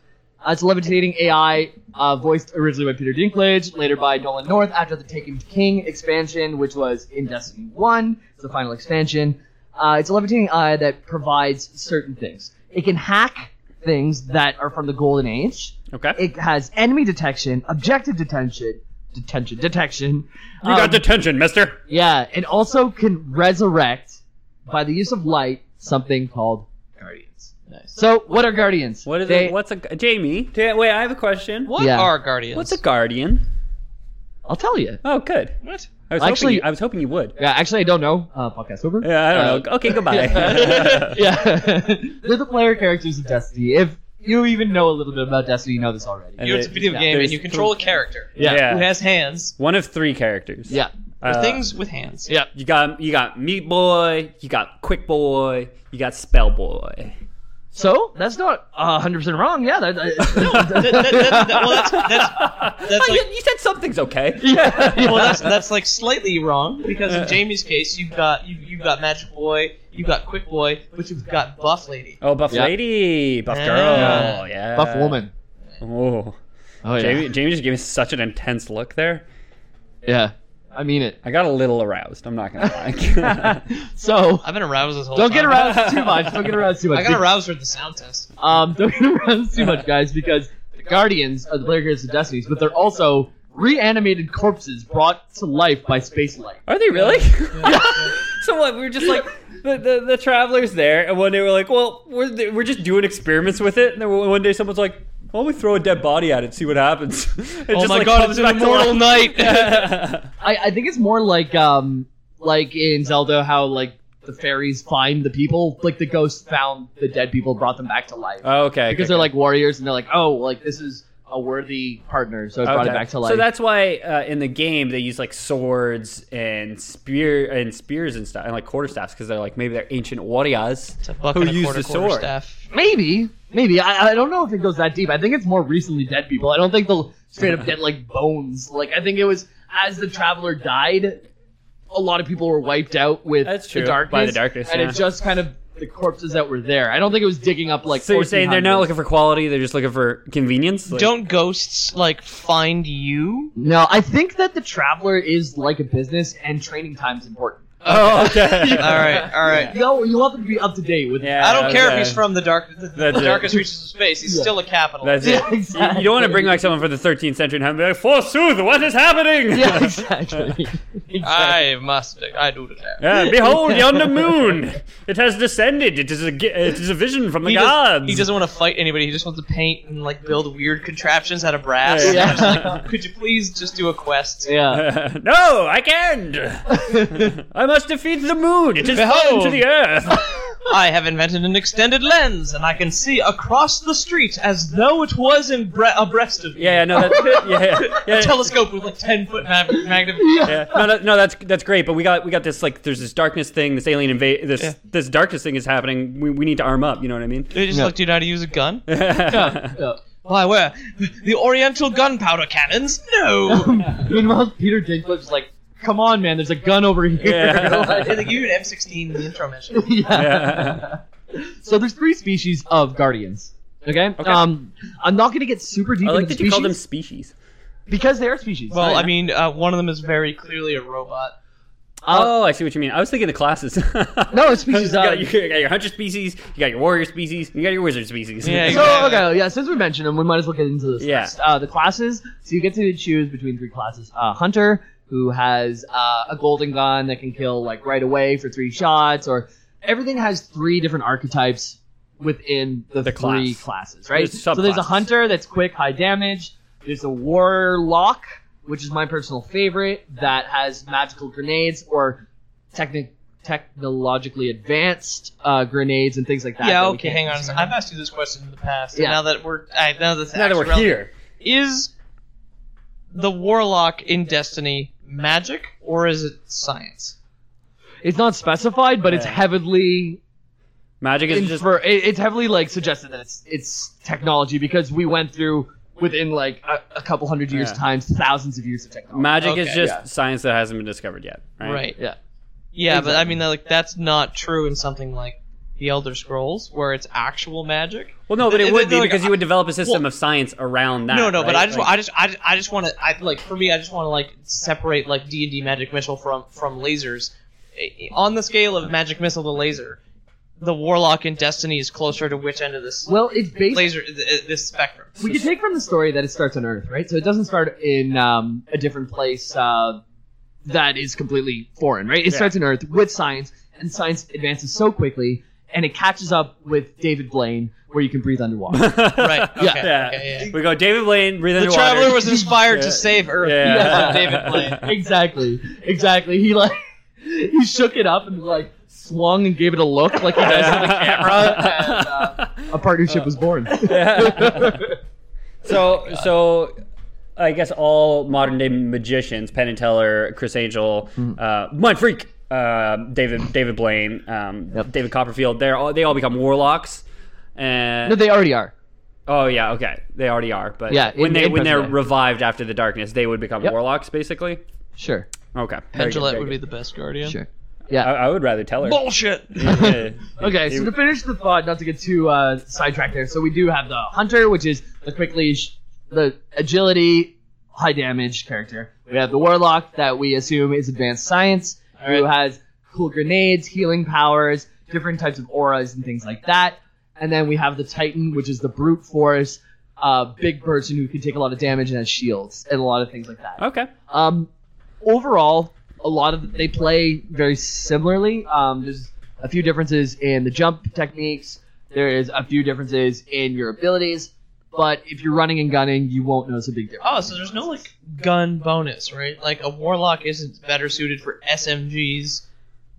Speaker 1: Uh, it's a levitating AI, uh, voiced originally by Peter Dinklage, later by Nolan North after the Taken King expansion, which was in Destiny 1, it's the final expansion. Uh, it's a levitating AI that provides certain things. It can hack things that are from the Golden Age.
Speaker 2: Okay.
Speaker 1: It has enemy detection, objective detention, detention, detection.
Speaker 2: you got
Speaker 1: um,
Speaker 2: detention, mister.
Speaker 1: yeah, it also can resurrect by the use of light something called guardians. So, what are guardians?
Speaker 2: What is
Speaker 1: they?
Speaker 2: it? What's a Jamie? Ta- Wait, I have a question.
Speaker 3: What
Speaker 1: Yeah.
Speaker 3: are Guardians?
Speaker 2: What's a guardian?
Speaker 1: I'll tell you.
Speaker 2: Oh, good.
Speaker 3: What?
Speaker 2: I was
Speaker 1: Actually-
Speaker 2: hoping you, I was hoping you would.
Speaker 1: Yeah, actually, I don't know. Uh, podcast over.
Speaker 2: Yeah, I don't know. Okay, goodbye.
Speaker 1: Uh, yeah, they're the player characters of Destiny. If you even know a little bit about Destiny, you know this already.
Speaker 2: And
Speaker 3: You know, it's a
Speaker 2: it-
Speaker 3: video
Speaker 2: yeah,
Speaker 3: game,
Speaker 2: there's
Speaker 3: and you control a character
Speaker 2: Yeah.
Speaker 3: who has hands.
Speaker 2: One of three characters.
Speaker 1: Yeah,
Speaker 3: or
Speaker 2: Uh,
Speaker 3: things with hands.
Speaker 1: yeah.
Speaker 2: You got you got Meat Boy, you got Quick Boy, you got Spell Boy.
Speaker 1: So that's not hundred percent wrong. Yeah, that,
Speaker 3: That- that- that- that- well, that's, that's, that's
Speaker 2: Oh,
Speaker 3: like
Speaker 2: you, you said something's okay.
Speaker 1: yeah, yeah.
Speaker 3: well, that's that's like slightly wrong because
Speaker 2: Uh.
Speaker 3: in Jamie's case, you've got you you got Magic Boy, you've got Quick Boy, but you've got Buff Lady.
Speaker 2: Oh, buff
Speaker 1: Yeah.
Speaker 2: lady, buff
Speaker 3: Yeah.
Speaker 2: girl, yeah,
Speaker 1: buff woman.
Speaker 2: Oh,
Speaker 1: Oh yeah,
Speaker 2: Jamie, Jamie just gave me such an intense look there.
Speaker 1: yeah. I mean it.
Speaker 2: I got a little aroused. I'm not gonna lie.
Speaker 1: So
Speaker 3: I've been aroused this whole
Speaker 1: don't
Speaker 3: time.
Speaker 1: get aroused too much. Don't get aroused too much.
Speaker 3: I got aroused with the sound test.
Speaker 1: Um, don't get around too much, guys, because the Guardians are the player characters of Destinies, but they're also reanimated corpses brought to life by space light.
Speaker 2: Are they really? so what? We were just like the, the the travelers there, and one day we're like, well, we're we're just doing experiments with it, and then one day someone's like, why don't we throw a dead body at it, see what happens? It
Speaker 3: oh
Speaker 2: just,
Speaker 3: my
Speaker 2: like,
Speaker 3: God,
Speaker 2: comes
Speaker 3: it's an
Speaker 2: back to
Speaker 3: immortal
Speaker 2: life.
Speaker 3: knight.
Speaker 1: I, I think it's more like um like in Zelda how like the fairies find the people, like the ghosts found the dead people, brought them back to life.
Speaker 2: Oh, okay,
Speaker 1: because
Speaker 2: okay,
Speaker 1: they're
Speaker 2: okay.
Speaker 1: like warriors and they're like, oh, like this is a worthy partner, so it brought it
Speaker 2: Okay.
Speaker 1: back to life.
Speaker 2: So that's why uh, in the game they use like swords and spear and spears and stuff and like quarterstaffs because they're like maybe they're ancient warriors
Speaker 3: It's a buck
Speaker 2: who
Speaker 3: and a
Speaker 2: use
Speaker 3: quarter,
Speaker 2: the
Speaker 3: quarter
Speaker 2: sword.
Speaker 3: staff.
Speaker 1: Maybe, maybe. I, I don't know if it goes that deep. I think it's more recently dead people. I don't think the straight up dead like bones. Like I think it was as the traveler died, a lot of people were wiped out with
Speaker 2: That's
Speaker 1: the
Speaker 2: true,
Speaker 1: darkness,
Speaker 2: by the darkness,
Speaker 1: and
Speaker 2: yeah.
Speaker 1: it just kind of the corpses that were there. I don't think it was digging up like.
Speaker 2: so you're saying they're not looking for quality; they're just looking for convenience. Like,
Speaker 3: Don't ghosts like find you?
Speaker 1: No, I think that the traveler is like a business, and training time's important.
Speaker 2: Oh, okay.
Speaker 3: All right, all right.
Speaker 1: You know, you have to be up to date with.
Speaker 2: Yeah,
Speaker 3: I don't care
Speaker 2: okay.
Speaker 3: if he's from the dark, the, the
Speaker 2: That's it.
Speaker 3: darkest reaches of space. He's
Speaker 1: Yeah.
Speaker 3: still a
Speaker 2: That's
Speaker 3: capitalist.
Speaker 2: it.
Speaker 1: Yeah,
Speaker 2: You- You,
Speaker 1: exactly.
Speaker 2: don't want to bring like someone from the 13th century and have them be like, "Forsooth, what is happening?"
Speaker 1: Yeah, exactly. exactly.
Speaker 3: I must. I do that.
Speaker 2: Yeah, behold, yonder moon! It has descended. It is a gi- it is a vision from the
Speaker 3: he,
Speaker 2: gods.
Speaker 3: Does, he doesn't want to fight anybody. He just wants to paint and like build weird contraptions out of brass.
Speaker 2: Yeah.
Speaker 3: And I'm just like, Could you please just do a quest?
Speaker 1: yeah.
Speaker 2: no, I can't. I must defeat the moon. It is fallen
Speaker 3: Behold.
Speaker 2: to the earth.
Speaker 3: I have invented an extended lens, and I can see across the street as though it was in bre- abreast of me.
Speaker 2: Yeah, yeah, no, that's yeah, yeah, yeah,
Speaker 3: A telescope with like ten foot mag- magnet.
Speaker 2: yeah. No, no, no, that's that's great. But we got we got this like there's this darkness thing, this alien invade, this
Speaker 3: Yeah.
Speaker 2: this darkness thing is happening. We, we need to arm up. You know what I mean?
Speaker 3: They just like, do you know how to use a gun?
Speaker 1: Yeah.
Speaker 3: Why, where? The Oriental gunpowder cannons? No!
Speaker 1: Meanwhile, Peter Dinklage's like, "Come on, man! There's a gun over here."
Speaker 2: Yeah.
Speaker 3: they give you an M16 in the intro mission.
Speaker 1: Yeah.
Speaker 2: Yeah.
Speaker 1: So there's three species of guardians. Okay. Um, I'm not gonna get super deep
Speaker 2: I
Speaker 1: into
Speaker 2: like that you
Speaker 1: species
Speaker 2: call them species.
Speaker 1: because they are species.
Speaker 3: Well, I mean, uh, one of them is very clearly a robot.
Speaker 1: Uh,
Speaker 2: oh, I see what you mean. I was thinking the classes.
Speaker 1: no, it's species.
Speaker 2: you, got,
Speaker 1: uh,
Speaker 2: you got your hunter species, you got your warrior species, and you got your wizard species.
Speaker 3: Yeah, you-
Speaker 1: So okay, yeah. Since we mentioned them, we might as well get into this.
Speaker 2: Yeah.
Speaker 1: first. Uh, the classes. So you get to choose between three classes. Uh, Hunter, who has uh, a golden gun that can kill like right away for three shots, or everything has three different archetypes within the,
Speaker 2: The
Speaker 1: three
Speaker 2: class.
Speaker 1: classes, right?
Speaker 2: There's
Speaker 1: so there's a
Speaker 2: subclasses.
Speaker 1: hunter that's quick, high damage. There's a warlock, which is my personal favorite, that has magical grenades or technic technologically advanced uh, grenades and things like that.
Speaker 3: yeah,
Speaker 1: that we
Speaker 3: okay,
Speaker 1: can't
Speaker 3: hang on a
Speaker 1: use
Speaker 3: second. I've asked you this question in the past,
Speaker 1: Yeah.
Speaker 3: and now that we're, I, now that's
Speaker 2: Now that we're
Speaker 3: actually relevant.
Speaker 2: here,
Speaker 3: Is the warlock in Destiny magic, or is it science?
Speaker 1: It's not specified, but it's
Speaker 2: Yeah.
Speaker 1: heavily
Speaker 2: magic is just
Speaker 1: infer- it- it's heavily like suggested that it's it's technology because we went through within like a, a couple hundred years'
Speaker 2: Yeah.
Speaker 1: times thousands of years of technology.
Speaker 2: magic is
Speaker 3: Okay,
Speaker 2: just
Speaker 1: yeah.
Speaker 2: science that hasn't been discovered yet. Right.
Speaker 1: yeah,
Speaker 3: Yeah, but I mean, like that's not true in something like the Elder Scrolls, where it's actual magic.
Speaker 2: Well, no, but
Speaker 3: Th-
Speaker 2: it would
Speaker 3: th-
Speaker 2: be
Speaker 3: like,
Speaker 2: because you would develop a system
Speaker 3: well-
Speaker 2: of science around that.
Speaker 3: no, no, but
Speaker 2: right?
Speaker 3: I just,
Speaker 2: Like-
Speaker 3: I just, I just, I just want to, I like for me, I just want to like separate like D and D magic missile from from lasers. Eh, On the scale of magic missile to laser, the warlock in Destiny is closer to which end of this
Speaker 1: Well, it's based.
Speaker 3: laser th- this spectrum?
Speaker 1: We can take from the story that it starts on Earth, right? So it doesn't start in um, a different place uh, that is completely foreign, right? It
Speaker 2: Yeah.
Speaker 1: starts on Earth with science, and science advances so quickly, and it catches up with David Blaine, where you can breathe underwater.
Speaker 3: Right. Okay.
Speaker 2: yeah.
Speaker 3: okay, yeah.
Speaker 2: We go David Blaine, breathe
Speaker 3: The
Speaker 2: underwater.
Speaker 3: traveler was inspired
Speaker 2: Yeah.
Speaker 3: to save Earth.
Speaker 2: Yeah.
Speaker 3: Yeah. David Blaine.
Speaker 1: exactly, exactly. He like he shook it up and like swung and gave it a look like he does to the camera, and uh, a partnership was born.
Speaker 2: so so I guess all modern day magicians, Penn and Teller, Chris Angel,
Speaker 1: Mm-hmm.
Speaker 2: uh, Mind Freak, uh, David David Blaine, um, David Copperfield, they're all they all become warlocks. And
Speaker 1: no, they already are.
Speaker 2: oh yeah, okay, they already are. But
Speaker 1: Yeah, in-
Speaker 2: when they
Speaker 1: in
Speaker 2: when they're
Speaker 1: present day.
Speaker 2: revived after the darkness, they would become
Speaker 1: Yep.
Speaker 2: warlocks basically.
Speaker 1: Sure,
Speaker 2: Okay, very good,
Speaker 3: Pendulette
Speaker 2: very
Speaker 3: would be
Speaker 2: good.
Speaker 3: the best guardian.
Speaker 1: sure.
Speaker 2: I,
Speaker 1: Yeah.
Speaker 2: I would rather Teller.
Speaker 3: Bullshit.
Speaker 2: Yeah.
Speaker 1: Okay, so to finish the thought, not to get too uh, sidetracked there. So we do have the hunter, which is the quick leash, the agility, high damage character. We have the warlock that we assume is advanced science, who has cool grenades, healing powers, different types of auras and things like that. And then we have the Titan, which is the brute force, uh, big person who can take a lot of damage and has shields and a lot of things like that.
Speaker 2: okay.
Speaker 1: Um, overall, a lot of they play very similarly. Um, there's a few differences in the jump techniques. There is a few differences in your abilities, but if you're running and gunning, you won't notice a big difference.
Speaker 3: Oh, so there's no like gun bonus, right? Like a warlock isn't better suited for SMGs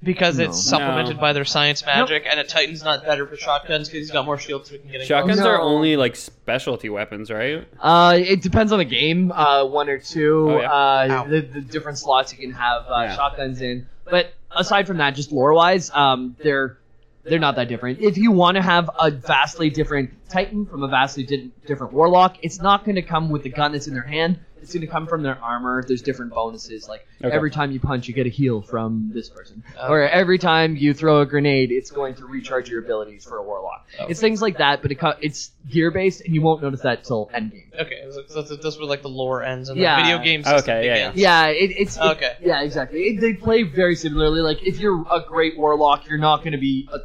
Speaker 3: because
Speaker 1: No.
Speaker 3: it's supplemented
Speaker 2: No.
Speaker 3: by their science magic, and a titan's not better for shotguns because he's got more shields, so he can get in
Speaker 2: Shotguns
Speaker 1: No.
Speaker 2: are only like specialty weapons, right?
Speaker 1: Uh, it depends on the game, uh, one or two,
Speaker 2: Oh, yeah.
Speaker 1: uh,
Speaker 3: Ow.
Speaker 1: the, the different slots you can have uh,
Speaker 2: Yeah.
Speaker 1: shotguns in. But aside from that, just lore wise, um, they're they're not that different. If you want to have a vastly different Titan from a vastly di- different Warlock, it's not going to come with the gun that's in their hand. It's going to come from their armor. There's different bonuses, like
Speaker 2: Okay. Oh.
Speaker 1: every time you punch, you get a heal from this person,
Speaker 3: Okay.
Speaker 1: or every time you throw a grenade, it's going to recharge your abilities for a Warlock.
Speaker 2: Oh.
Speaker 1: It's things like that, but it co- it's gear based, and you won't notice that till endgame.
Speaker 3: Okay, so that's, that's where like the lore ends and
Speaker 1: Yeah.
Speaker 3: the video game system
Speaker 2: Okay, yeah, yeah.
Speaker 3: begins.
Speaker 1: Yeah, it, it's it-
Speaker 3: Okay.
Speaker 1: yeah, exactly. It, they play very similarly. Like if you're a great warlock, you're not going to be a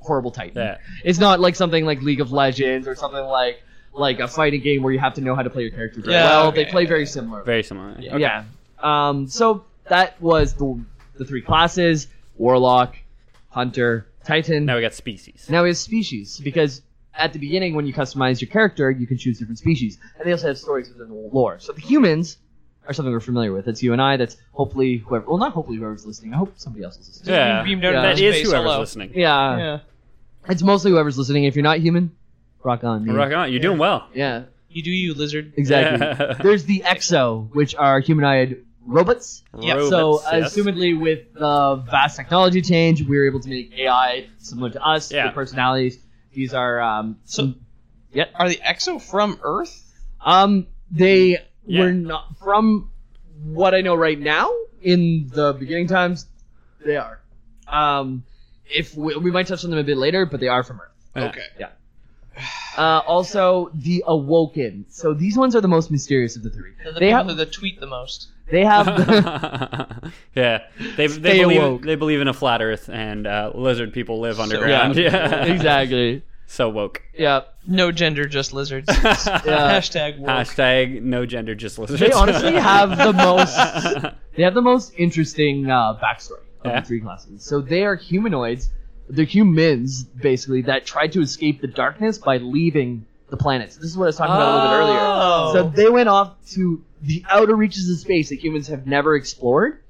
Speaker 1: horrible titan.
Speaker 2: Yeah.
Speaker 1: It's not like something like League of Legends or something like like a fighting game where you have to know how to play your character very
Speaker 3: Yeah,
Speaker 1: well.
Speaker 3: okay,
Speaker 1: they play
Speaker 3: yeah,
Speaker 1: very similar.
Speaker 2: Very similar. Okay.
Speaker 1: Yeah. Um. So that was the the three classes: warlock, hunter, titan.
Speaker 2: Now we got species.
Speaker 1: Now we have species because at the beginning, when you customize your character, you can choose different species, and they also have stories within the lore. So the humans are something we're familiar with. That's you and I. That's hopefully whoever. Well, not hopefully whoever's listening. I hope somebody else is listening.
Speaker 2: yeah.
Speaker 3: beamed out
Speaker 1: Yeah.
Speaker 2: That
Speaker 3: into
Speaker 2: is
Speaker 3: space,
Speaker 2: whoever's
Speaker 3: hello.
Speaker 2: listening.
Speaker 1: Yeah.
Speaker 3: Yeah.
Speaker 1: It's mostly whoever's listening. If you're not human, rock on. man.
Speaker 2: Rock on. You're doing well.
Speaker 1: Yeah,
Speaker 3: You do you, lizard.
Speaker 1: exactly. There's the Exo, which are humanoid robots.
Speaker 3: Yeah,
Speaker 1: so,
Speaker 2: Robots, yes.
Speaker 1: assumedly, with the vast technology change, we were able to make AI similar to us,
Speaker 2: Yeah.
Speaker 1: with personalities. These are um,
Speaker 3: So-
Speaker 1: some-
Speaker 3: Are the Exo from Earth?
Speaker 1: um, they
Speaker 2: Mm-hmm. Yeah.
Speaker 1: were not from what I know right now. In the beginning times, they are. Um, if we, we might touch on them a bit later, but they are from Earth.
Speaker 2: Yeah.
Speaker 3: Okay.
Speaker 1: Uh, also, the Awoken. So these ones are the most mysterious of the three.
Speaker 3: They're the
Speaker 1: They
Speaker 3: people
Speaker 1: have-
Speaker 3: who that tweet the most.
Speaker 1: They have
Speaker 2: yeah, they they
Speaker 1: Stay
Speaker 2: believe,
Speaker 1: awoke.
Speaker 2: they believe in a flat Earth, and uh, lizard people live underground.
Speaker 1: woke.
Speaker 2: yeah,
Speaker 1: exactly.
Speaker 2: So woke.
Speaker 1: Yeah,
Speaker 3: No gender, just lizards. Hashtag woke.
Speaker 2: Hashtag no gender, just lizards.
Speaker 1: they honestly have the most. They have the most interesting uh, backstory of
Speaker 2: Yeah.
Speaker 1: the three classes. So they are humanoids. They're humans basically that tried to escape the darkness by leaving the planets. This is what I was talking about a little bit earlier.
Speaker 3: Oh.
Speaker 1: So they went off to the outer reaches of space that humans have never explored,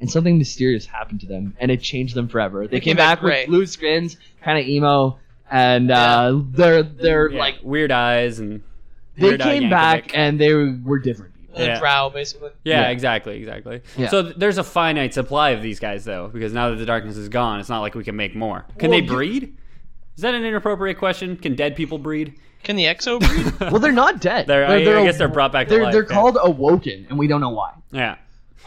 Speaker 1: and something mysterious happened to them, and it changed them forever. They, came back,
Speaker 3: gray.
Speaker 1: with blue skins, kind of emo, and uh, they're they're
Speaker 2: Yeah,
Speaker 1: like
Speaker 2: weird eyes and
Speaker 1: they
Speaker 2: weird eye
Speaker 1: came back
Speaker 2: Yankovic.
Speaker 1: and they were different people.
Speaker 3: the
Speaker 2: Yeah.
Speaker 3: drow, basically.
Speaker 2: Yeah,
Speaker 1: Yeah.
Speaker 2: exactly, exactly.
Speaker 1: Yeah.
Speaker 2: So th- there's a finite supply of these guys, though, because now that the darkness is gone, it's not like we can make more. Can
Speaker 1: Well,
Speaker 2: they
Speaker 1: you-
Speaker 2: breed? Is that an inappropriate question? Can dead people breed?
Speaker 3: Can the Exo breed?
Speaker 1: Well, they're not dead.
Speaker 2: They're, I- I,
Speaker 1: they're-
Speaker 2: guess they're brought back to
Speaker 1: They're
Speaker 2: life.
Speaker 1: they're
Speaker 2: yeah.
Speaker 1: called awoken, and we don't know why.
Speaker 2: Yeah.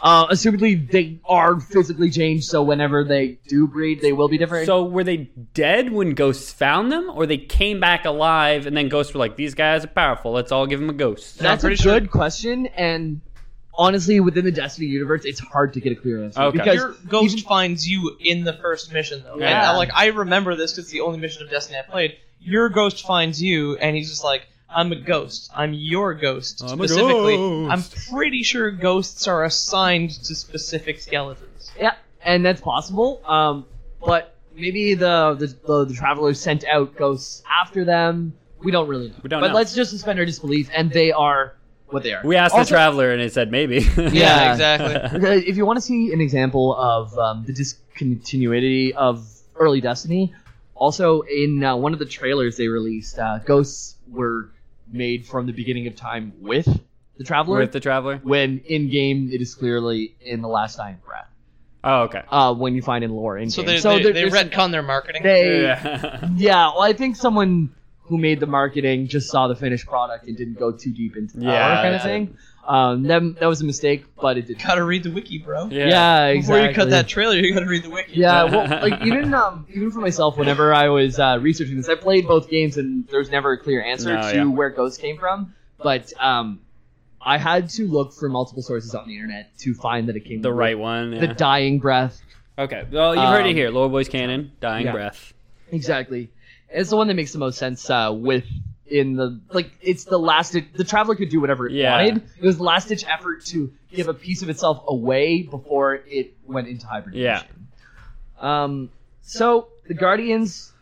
Speaker 1: Uh, assumedly, they are physically changed, so whenever they do breed, they will be different.
Speaker 2: So were they dead when ghosts found them, or they came back alive and then ghosts were like, "These guys are powerful. Let's all give them a ghost."
Speaker 1: That's a
Speaker 3: pretty
Speaker 1: good
Speaker 3: sure-
Speaker 1: question, and honestly, within the Destiny universe, it's hard to get a clear answer
Speaker 2: Okay.
Speaker 1: because
Speaker 3: Your ghost finds you in the first mission, though. And
Speaker 2: Yeah.
Speaker 3: I, like I remember this because the only mission of Destiny I played. Your ghost finds you, and he's just like, "I'm a ghost. I'm your ghost."
Speaker 2: I'm a
Speaker 3: specifically,
Speaker 2: ghost.
Speaker 3: I'm pretty sure ghosts are assigned to specific skeletons.
Speaker 1: yeah, and that's possible. Um, but maybe the the, the the travelers sent out ghosts after them. We don't really know.
Speaker 2: We don't
Speaker 1: but
Speaker 2: know.
Speaker 1: let's just suspend our disbelief, and they are what they are.
Speaker 2: We asked the
Speaker 1: Also-
Speaker 2: traveler, and it said maybe.
Speaker 1: Yeah.
Speaker 3: exactly.
Speaker 1: Uh, if you want to see an example of um, the discontinuity of early Destiny, also in uh, one of the trailers they released, uh, ghosts were made from the beginning of time with the Traveler.
Speaker 2: With the traveler.
Speaker 1: when in game, it is clearly in the Last Dying Breath.
Speaker 2: Oh, okay.
Speaker 1: Uh, when you find in lore in
Speaker 3: so
Speaker 1: game,
Speaker 3: they,
Speaker 1: so
Speaker 3: they,
Speaker 1: there-
Speaker 3: they
Speaker 1: there's-
Speaker 3: retcon their marketing.
Speaker 1: they-
Speaker 2: Yeah.
Speaker 1: yeah. Well, I think someone who made the marketing just saw the finished product and didn't go too deep into the lore
Speaker 2: Yeah,
Speaker 1: kind of
Speaker 2: that's it.
Speaker 1: thing. Um, that, that was a mistake, but it did.
Speaker 3: gotta read the wiki, bro.
Speaker 2: Yeah.
Speaker 1: Yeah, exactly.
Speaker 3: Before you cut that trailer, you gotta read the wiki.
Speaker 1: Yeah, well, like even um, even for myself, whenever I was uh, researching this, I played both games, and there's never a clear answer
Speaker 2: No,
Speaker 1: to
Speaker 2: yeah.
Speaker 1: where Ghost came from. But um, I had to look for multiple sources on the internet to find that it came
Speaker 2: The
Speaker 1: from
Speaker 2: right one.
Speaker 1: the
Speaker 2: yeah.
Speaker 1: dying breath.
Speaker 2: okay. Well, you've heard it
Speaker 1: Um,
Speaker 2: here. Lower Boys Cannon, Dying
Speaker 1: yeah.
Speaker 2: Breath.
Speaker 1: Exactly, it's the one that makes the most sense uh, with in the like it's the last the traveler could do whatever it
Speaker 2: Yeah.
Speaker 1: wanted. It was the last ditch effort to give a piece of itself away before it went into hibernation.
Speaker 2: Yeah.
Speaker 1: Um, so the Guardians,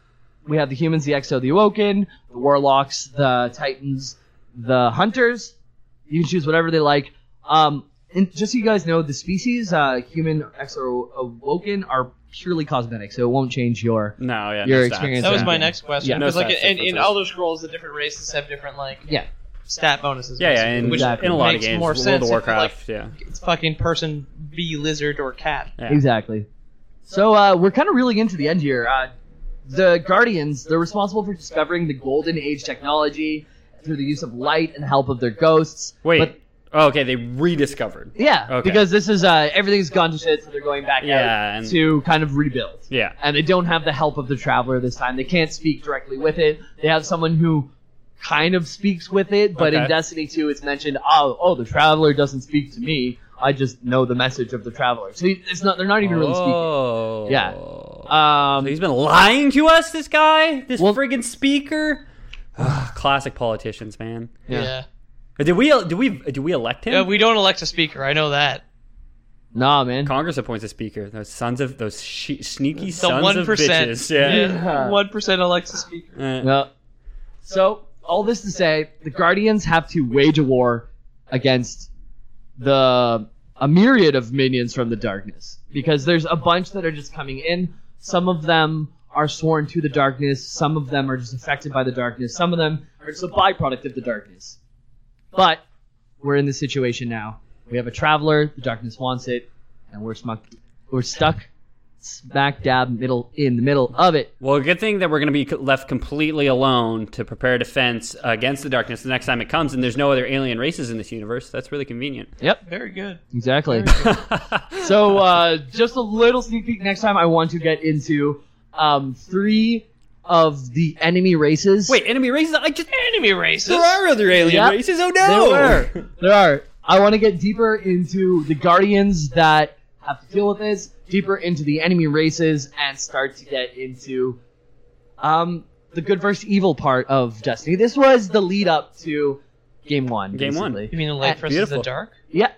Speaker 1: we have the humans, the Exo, the Awoken, the Warlocks, the Titans, the Hunters. You can choose whatever they like. Um, and just so you guys know, the species, uh, human, Exo, Awoken, are purely cosmetic, so it won't change your.
Speaker 2: No, yeah.
Speaker 1: Your
Speaker 2: no stats.
Speaker 1: experience
Speaker 3: That was
Speaker 1: Yeah.
Speaker 3: my next question.
Speaker 1: Yeah.
Speaker 3: Because
Speaker 2: No
Speaker 3: like
Speaker 2: stats
Speaker 3: in, in
Speaker 2: differences.
Speaker 3: Elder Scrolls, the different races have different like
Speaker 1: Yeah,
Speaker 3: stat bonuses.
Speaker 2: Yeah, yeah.
Speaker 3: basically,
Speaker 2: In,
Speaker 3: which
Speaker 1: Exactly.
Speaker 2: in a lot of
Speaker 3: makes
Speaker 2: games,
Speaker 3: more
Speaker 2: World
Speaker 3: sense
Speaker 2: of
Speaker 3: if, like,
Speaker 2: Warcraft. yeah.
Speaker 3: it's fucking person be lizard or cat.
Speaker 2: yeah.
Speaker 1: exactly. So uh, we're kind of reeling into the end here. Uh, the Guardians, they're responsible for discovering the Golden Age technology through the use of light and the help of their ghosts.
Speaker 2: Wait.
Speaker 1: But-
Speaker 2: oh, okay, they rediscovered.
Speaker 1: Yeah,
Speaker 2: Okay.
Speaker 1: because this is uh, everything's gone to shit, so they're going back
Speaker 2: Yeah,
Speaker 1: out
Speaker 2: and-
Speaker 1: to kind of rebuild.
Speaker 2: Yeah.
Speaker 1: And they don't have the help of the traveler this time. They can't speak directly with it. They have someone who kind of speaks with it, but
Speaker 2: Okay.
Speaker 1: in Destiny 2, it's mentioned, oh, oh, the traveler doesn't speak to me. I just know the message of the traveler. So it's not they're not even really speaking.
Speaker 2: oh.
Speaker 1: Yeah.
Speaker 2: So
Speaker 1: Um,
Speaker 2: he's been lying to us, this guy, this
Speaker 1: Well-
Speaker 2: friggin' speaker. Ugh, classic politicians, man.
Speaker 1: Yeah.
Speaker 3: yeah.
Speaker 2: Did we? Did we? Did we elect him?
Speaker 3: Yeah, we don't elect a speaker. I know that.
Speaker 1: nah, man.
Speaker 2: Congress appoints a speaker. Those sons of those she- sneaky
Speaker 3: The
Speaker 2: sons
Speaker 3: one
Speaker 2: of bitches. Yeah.
Speaker 1: Yeah.
Speaker 3: one percent elects a speaker.
Speaker 2: Uh,
Speaker 1: Yeah. So all this to say, the Guardians have to wage a war against the a myriad of minions from the darkness because there's a bunch that are just coming in. Some of them are sworn to the darkness. Some of them are just affected by the darkness. Some of them are just a byproduct of the darkness. But we're in this situation now. We have a traveler. The darkness wants it, and we're smuck. We're stuck, smack dab middle in the middle of it.
Speaker 2: Well, good thing that we're going to be co- left completely alone to prepare defense against the darkness the next time it comes, and there's no other alien races in this universe. That's really convenient.
Speaker 3: Very good.
Speaker 1: Exactly. so uh, just a little sneak peek. Next time, I want to get into um, three of the enemy races.
Speaker 2: Wait, enemy races? I just
Speaker 3: Enemy races.
Speaker 4: There are other alien
Speaker 1: Yep.
Speaker 4: races. Oh
Speaker 1: there
Speaker 4: no!
Speaker 1: were. There are. I want to get deeper into the guardians that have to deal with this, deeper into the enemy races, and start to get into um, the good versus evil part of Destiny. This was the lead up to game one.
Speaker 2: Game one.
Speaker 1: basically.
Speaker 3: You mean the light
Speaker 1: Uh,
Speaker 3: versus
Speaker 4: beautiful.
Speaker 3: the dark?
Speaker 1: Yeah,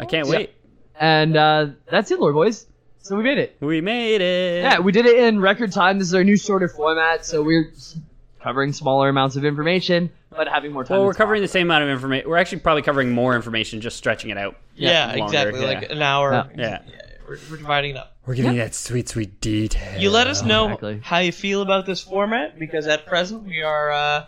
Speaker 2: I can't
Speaker 1: Yeah.
Speaker 2: wait.
Speaker 1: and uh, that's it, Lord Boys. So we made it.
Speaker 2: We made it.
Speaker 1: Yeah, we did it in record time. This is our new shorter format, so we're covering smaller amounts of information, but having more time.
Speaker 2: Well,
Speaker 1: to
Speaker 2: we're
Speaker 1: talk.
Speaker 2: covering the same amount of information. We're actually probably covering more information, just stretching it out.
Speaker 3: Yeah,
Speaker 2: longer,
Speaker 3: exactly.
Speaker 2: yeah.
Speaker 3: Like an hour.
Speaker 1: Yeah.
Speaker 2: Yeah.
Speaker 3: We're, we're dividing it up.
Speaker 4: We're giving you that sweet, sweet detail.
Speaker 3: You let us know
Speaker 1: Exactly.
Speaker 3: how you feel about this format because at present we are uh,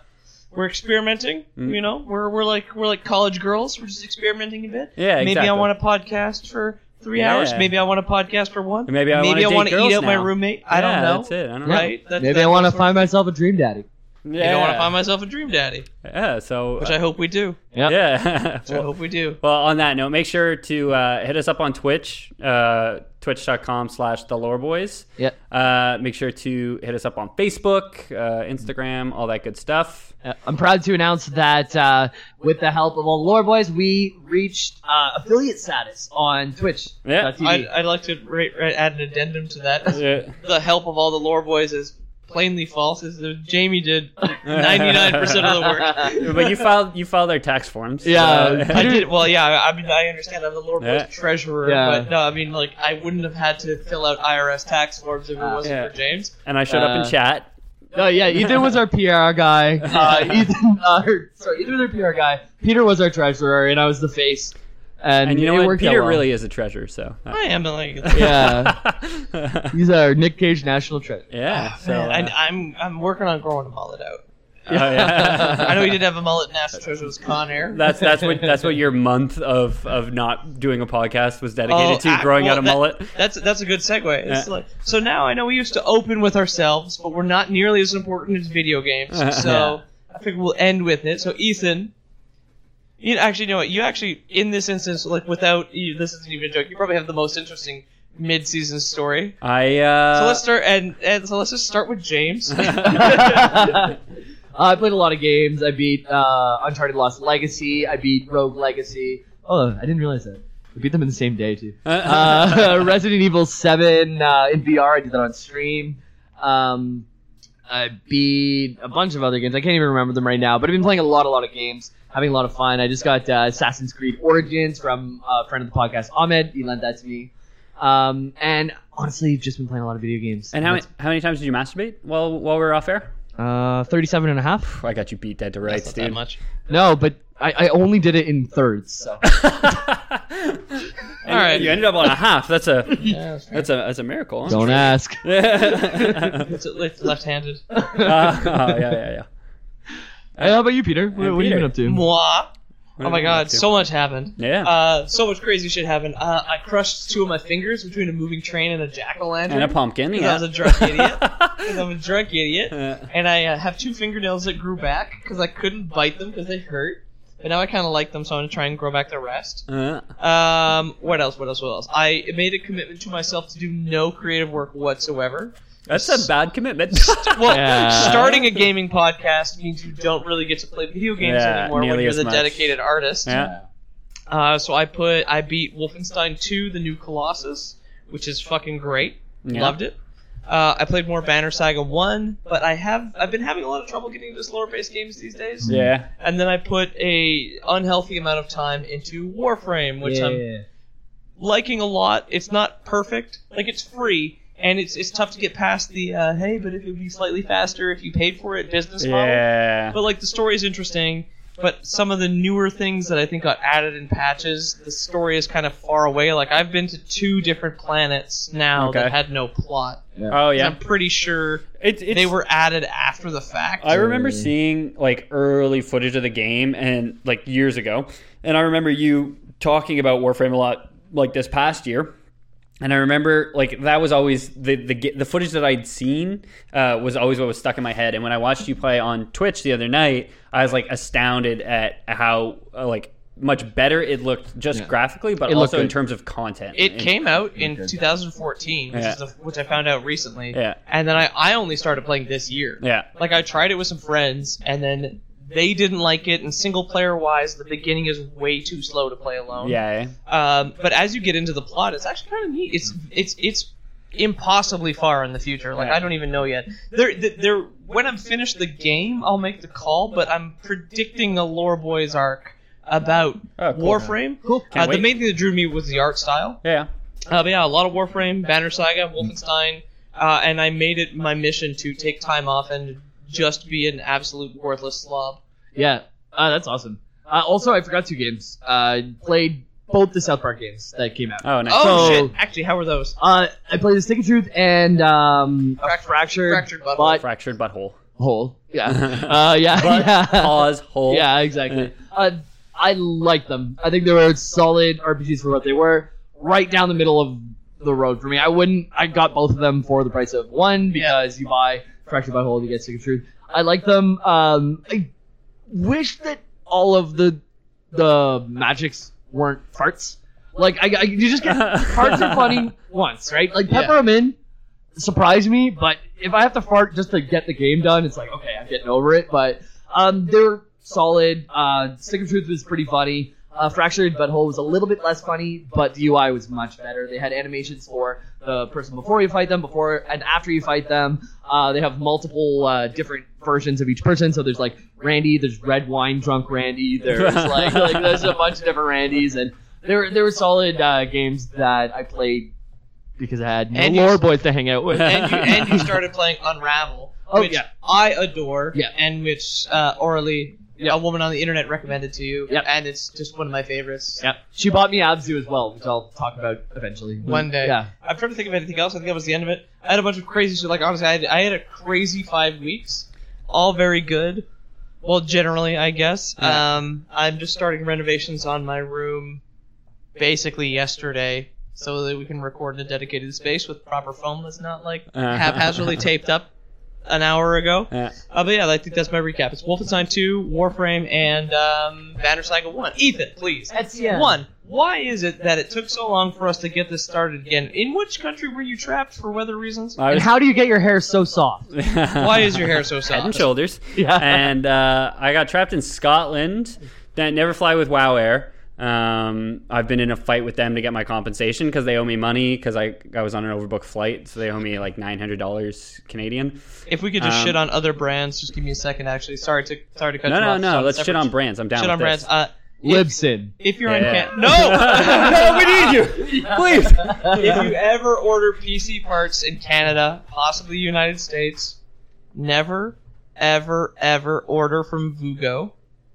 Speaker 3: we're experimenting.
Speaker 2: Mm.
Speaker 3: You know, we're we're like we're like college girls. We're just experimenting a bit.
Speaker 2: Yeah,
Speaker 3: Maybe I
Speaker 2: exactly.
Speaker 3: want to podcast for three
Speaker 2: Yeah.
Speaker 3: hours. Maybe I want to podcast for one.
Speaker 2: Maybe I wanna
Speaker 3: maybe
Speaker 2: date
Speaker 3: I want to
Speaker 2: girls
Speaker 3: eat out my
Speaker 2: now.
Speaker 3: roommate. I
Speaker 2: Yeah,
Speaker 3: don't know.
Speaker 2: That's it. I don't know.
Speaker 3: Right? That's-
Speaker 1: Maybe
Speaker 3: that's
Speaker 1: I want to
Speaker 3: sort of-
Speaker 1: find myself a dream daddy.
Speaker 2: Yeah.
Speaker 3: Maybe I want to find myself a dream daddy,
Speaker 2: Yeah. So. uh,
Speaker 3: which I hope we do.
Speaker 2: yeah.
Speaker 3: Which I hope we do.
Speaker 2: Well, on that note, make sure to uh, hit us up on Twitch, uh, twitch.com slash the lore boys.
Speaker 1: Yeah.
Speaker 2: Uh, make sure to hit us up on Facebook, uh, Instagram, all that good stuff.
Speaker 1: Uh, I'm proud to announce that uh, with the help of all the lore boys, we reached uh, affiliate status on Twitch.
Speaker 2: Yeah,
Speaker 3: I'd, I'd like to ra- ra- add an addendum to that.
Speaker 2: Yeah.
Speaker 3: the help of all the lore boys is plainly false. Is that Jamie did ninety nine percent of the work.
Speaker 2: but you filed you filed our tax forms. Uh,
Speaker 1: Yeah.
Speaker 3: I did well. Yeah, I I mean, I understand I'm the lore
Speaker 2: Yeah.
Speaker 3: boys treasurer,
Speaker 1: Yeah.
Speaker 3: but no, I mean, like, I wouldn't have had to fill out IRS tax forms if it
Speaker 1: Ah.
Speaker 3: wasn't
Speaker 2: Yeah.
Speaker 3: for James.
Speaker 2: and I showed up
Speaker 1: Uh,
Speaker 2: in chat.
Speaker 1: No, yeah, Ethan was our PR guy. Uh, Ethan, uh, sorry, Ethan was our PR guy. Peter was our treasurer, and I was the face. And,
Speaker 2: And, you
Speaker 1: it
Speaker 2: know what?
Speaker 1: worked out
Speaker 2: Peter
Speaker 1: well.
Speaker 2: really is a treasure, so.
Speaker 3: I am like,
Speaker 1: Yeah, he's our Nick Cage national treasure.
Speaker 2: yeah. So.
Speaker 3: man,
Speaker 2: uh,
Speaker 3: I, I'm I'm working on growing a mullet out.
Speaker 2: oh, yeah.
Speaker 3: I know he did have a mullet in National Treasure's Con Air.
Speaker 2: That's that's what that's what your month of of not doing a podcast was dedicated
Speaker 3: Oh,
Speaker 2: to
Speaker 3: ah,
Speaker 2: growing
Speaker 3: well,
Speaker 2: out a
Speaker 3: that-
Speaker 2: mullet.
Speaker 3: That's that's a good segue. It's like, so now I know we used to open with ourselves, but we're not nearly as important as video games.
Speaker 2: Uh,
Speaker 3: So I think we'll end with it. So Ethan, you actually you know what you actually in this instance, like without you, this isn't even a joke. You probably have the most interesting mid-season story.
Speaker 2: I uh,
Speaker 3: So let's start and, and so let's just start with James.
Speaker 1: uh, I played a lot of games. I beat uh, Uncharted Lost Legacy. I beat Rogue Legacy. Oh, I didn't realize that. We beat them in the same day too. Uh, Resident Evil Seven uh, in VR. I did that on stream. Um, I beat a bunch of other games. I can't even remember them right now. But I've been playing a lot, a lot of games, having a lot of fun. I just got uh, Assassin's Creed Origins from a friend of the podcast, Ahmed. He lent that to me. Um, and honestly, just been playing a lot of video games.
Speaker 2: And how many,
Speaker 1: that's-
Speaker 2: how many times did you masturbate while while we were off air?
Speaker 1: Uh, 37 and a half.
Speaker 2: Phew, I got you beat dead to
Speaker 3: That's
Speaker 2: rights,
Speaker 3: not that
Speaker 2: dude.
Speaker 3: much.
Speaker 1: No, but I, I only did it in thirds. So
Speaker 2: All
Speaker 3: right.
Speaker 2: you ended up on a half. That's a
Speaker 3: Yeah,
Speaker 2: that's a that's a miracle.
Speaker 1: don't ask.
Speaker 2: yeah.
Speaker 3: it's it's left-handed.
Speaker 2: Uh, oh, yeah, yeah, yeah.
Speaker 1: Hey, how about you, Peter? What, what have you
Speaker 2: Peter.
Speaker 1: been up to?
Speaker 3: Moi.
Speaker 2: have
Speaker 3: Oh my
Speaker 2: you been up
Speaker 3: god,
Speaker 2: to?
Speaker 3: so much happened.
Speaker 2: Yeah.
Speaker 3: Uh, so much crazy shit happened. Uh, I crushed two of my fingers between a moving train and a jack o' lantern.
Speaker 2: and a pumpkin.
Speaker 3: I
Speaker 2: Yeah.
Speaker 3: was a drunk idiot. 'Cause I'm a drunk idiot.
Speaker 2: Yeah.
Speaker 3: And I uh, have two fingernails that grew back because I couldn't bite them because they hurt. But now I kind of like them, so I'm gonna try and grow back the rest.
Speaker 2: Uh,
Speaker 3: Um, what else? What else? What else? I made a commitment to myself to do no creative work whatsoever.
Speaker 2: that's a bad commitment.
Speaker 3: Well,
Speaker 1: Yeah.
Speaker 3: starting a gaming podcast means you don't really get to play video games
Speaker 2: Yeah,
Speaker 3: anymore when
Speaker 2: nearly
Speaker 3: you're
Speaker 2: as
Speaker 3: the
Speaker 2: much.
Speaker 3: dedicated artist.
Speaker 2: yeah.
Speaker 3: Uh, so I put I beat Wolfenstein 2: The New Colossus, which is fucking great.
Speaker 2: Yeah.
Speaker 3: Loved it. Uh, I played more Banner Saga 1, but I have I've been having a lot of trouble getting into slower-paced games these days.
Speaker 2: Yeah.
Speaker 3: And then I put a unhealthy amount of time into Warframe, which I'm liking a lot. It's not perfect, like it's free, and it's it's tough to get past the uh, hey, but if it would be slightly faster if you paid for it business model.
Speaker 2: Yeah.
Speaker 3: But like the story is interesting, But some of the newer things that I think got added in patches, the story is kind of far away. Like I've been to two different planets now that
Speaker 2: Okay.
Speaker 3: had no plot.
Speaker 2: Oh yeah,
Speaker 3: I'm pretty sure
Speaker 2: it's, it's
Speaker 3: they were added after the fact.
Speaker 2: I remember
Speaker 1: Mm.
Speaker 2: seeing like early footage of the game and like years ago, and I remember you talking about Warframe a lot like this past year. And I remember like that was always the the ge- the footage that I'd seen uh, was always what was stuck in my head. And when I watched you play on Twitch the other night, I was like astounded at how uh, like much better it looked just graphically, but
Speaker 1: It looked
Speaker 2: also in
Speaker 1: good.
Speaker 2: terms of content.
Speaker 3: It
Speaker 2: And-
Speaker 3: came out in 2014, which,
Speaker 2: Yeah.
Speaker 3: is the, which I found out recently.
Speaker 2: Yeah.
Speaker 3: And then I, I only started playing this year.
Speaker 2: Yeah.
Speaker 3: Like I tried it with some friends, and then they didn't like it. And single player wise, the beginning is way too slow to play alone.
Speaker 2: Yeah. eh? yeah.
Speaker 3: Um, but as you get into the plot, it's actually kind of neat. It's it's it's impossibly far in the future. Like I don't even know yet. There th- there when I'm finished the game, I'll make the call. But I'm predicting a lore boys arc about
Speaker 2: Oh, cool.
Speaker 3: Warframe. Cool. Uh,
Speaker 2: Can't
Speaker 3: the
Speaker 2: wait.
Speaker 3: main thing that drew me was the art style.
Speaker 2: Yeah.
Speaker 3: Uh, but yeah, a lot of Warframe, Banner Saga, Wolfenstein, uh, and I made it my mission to take time off and just be an absolute worthless slob.
Speaker 1: Yeah, uh, that's awesome. Uh, also, I forgot two games. Uh, played both the South Park games that came out.
Speaker 2: Oh, nice.
Speaker 3: Oh
Speaker 1: So-
Speaker 3: shit! Actually, how were those?
Speaker 1: Uh, I played the Stick of Truth and um, a
Speaker 3: Fractured-
Speaker 1: fractured,
Speaker 3: Fractured Butthole.
Speaker 2: Fractured butthole.
Speaker 1: hole. Yeah, uh, yeah,
Speaker 2: But
Speaker 1: yeah.
Speaker 2: pause hole.
Speaker 1: Yeah, exactly. Uh, I like them. I think they were solid RPGs for what they were. Right down the middle of the road for me. I wouldn't. I got both of them for the price of one because you buy Fractured by Hole, you get Stick of Truth. I like them. Um, I wish that all of the the magics weren't farts. Like I, I you just get farts are funny once, right? Like
Speaker 3: Yeah.
Speaker 1: peppermint surprised me, but if I have to fart just to get the game done, it's like okay, I'm getting over it. But um, they're solid. Uh, Stick of Truth was pretty funny. Uh, Fractured Butthole was a little bit less funny, but the UI was much better. They had animations for the person before you fight them, before and after you fight them. Uh, they have multiple uh, different versions of each person. So there's like Randy, there's red wine drunk Randy, there's like, like there's a bunch of different Randys, and there were- there were solid uh, games that I played because I had no
Speaker 3: And you-
Speaker 1: lore boys to hang out with.
Speaker 3: and you, and you started playing Unravel,
Speaker 1: Oh,
Speaker 3: which
Speaker 1: yeah.
Speaker 3: I adore,
Speaker 1: Yeah.
Speaker 3: and which uh, orally a woman on the internet recommended to you,
Speaker 1: Yep.
Speaker 3: and it's just one of my favorites.
Speaker 1: Yep. She bought me Abzu as well, which I'll talk about eventually.
Speaker 3: One day,
Speaker 1: Yeah.
Speaker 3: I'm trying to think of anything else. I think that was the end of it. I had a bunch of crazy shit. Like honestly, I had, I had a crazy five weeks, all very good. Well, generally, I guess. Um, I'm just starting renovations on my room, basically yesterday, so that we can record in a dedicated space with proper foam that's not like
Speaker 2: Uh.
Speaker 3: haphazardly taped up an hour ago.
Speaker 2: Yeah.
Speaker 3: Uh, but yeah, I think that's my recap. It's Wolfenstein 2, Warframe, and um, Banner Saga 1. Ethan, please.
Speaker 1: That's- yeah.
Speaker 3: One, why is it that it took so long for us to get this started again? In which country were you trapped for weather reasons?
Speaker 2: I
Speaker 1: And how do you get your hair so soft?
Speaker 3: Why is your hair so
Speaker 2: head and
Speaker 3: soft?
Speaker 2: shoulders.
Speaker 1: Yeah.
Speaker 2: And uh, I got trapped in Scotland. Then never fly with WoW Air. Um, I've been in a fight with them to get my compensation because they owe me money because I, I was on an overbooked flight, so they owe me like nine hundred dollars Canadian.
Speaker 3: If we could just
Speaker 2: Um,
Speaker 3: shit on other brands, just give me a second. Actually, sorry to sorry to cut
Speaker 2: No,
Speaker 3: you
Speaker 2: no,
Speaker 3: off.
Speaker 2: no.
Speaker 3: It's
Speaker 2: Let's shit
Speaker 3: separate-
Speaker 2: on brands. I'm down.
Speaker 3: Shit on
Speaker 2: with
Speaker 3: brands.
Speaker 2: this.
Speaker 3: Uh,
Speaker 1: Libsyn.
Speaker 3: if you're
Speaker 2: Yeah.
Speaker 3: on can no.
Speaker 2: no, we need you, please.
Speaker 3: if you ever order PC parts in Canada, possibly the United States, never, ever, ever order from Vugo.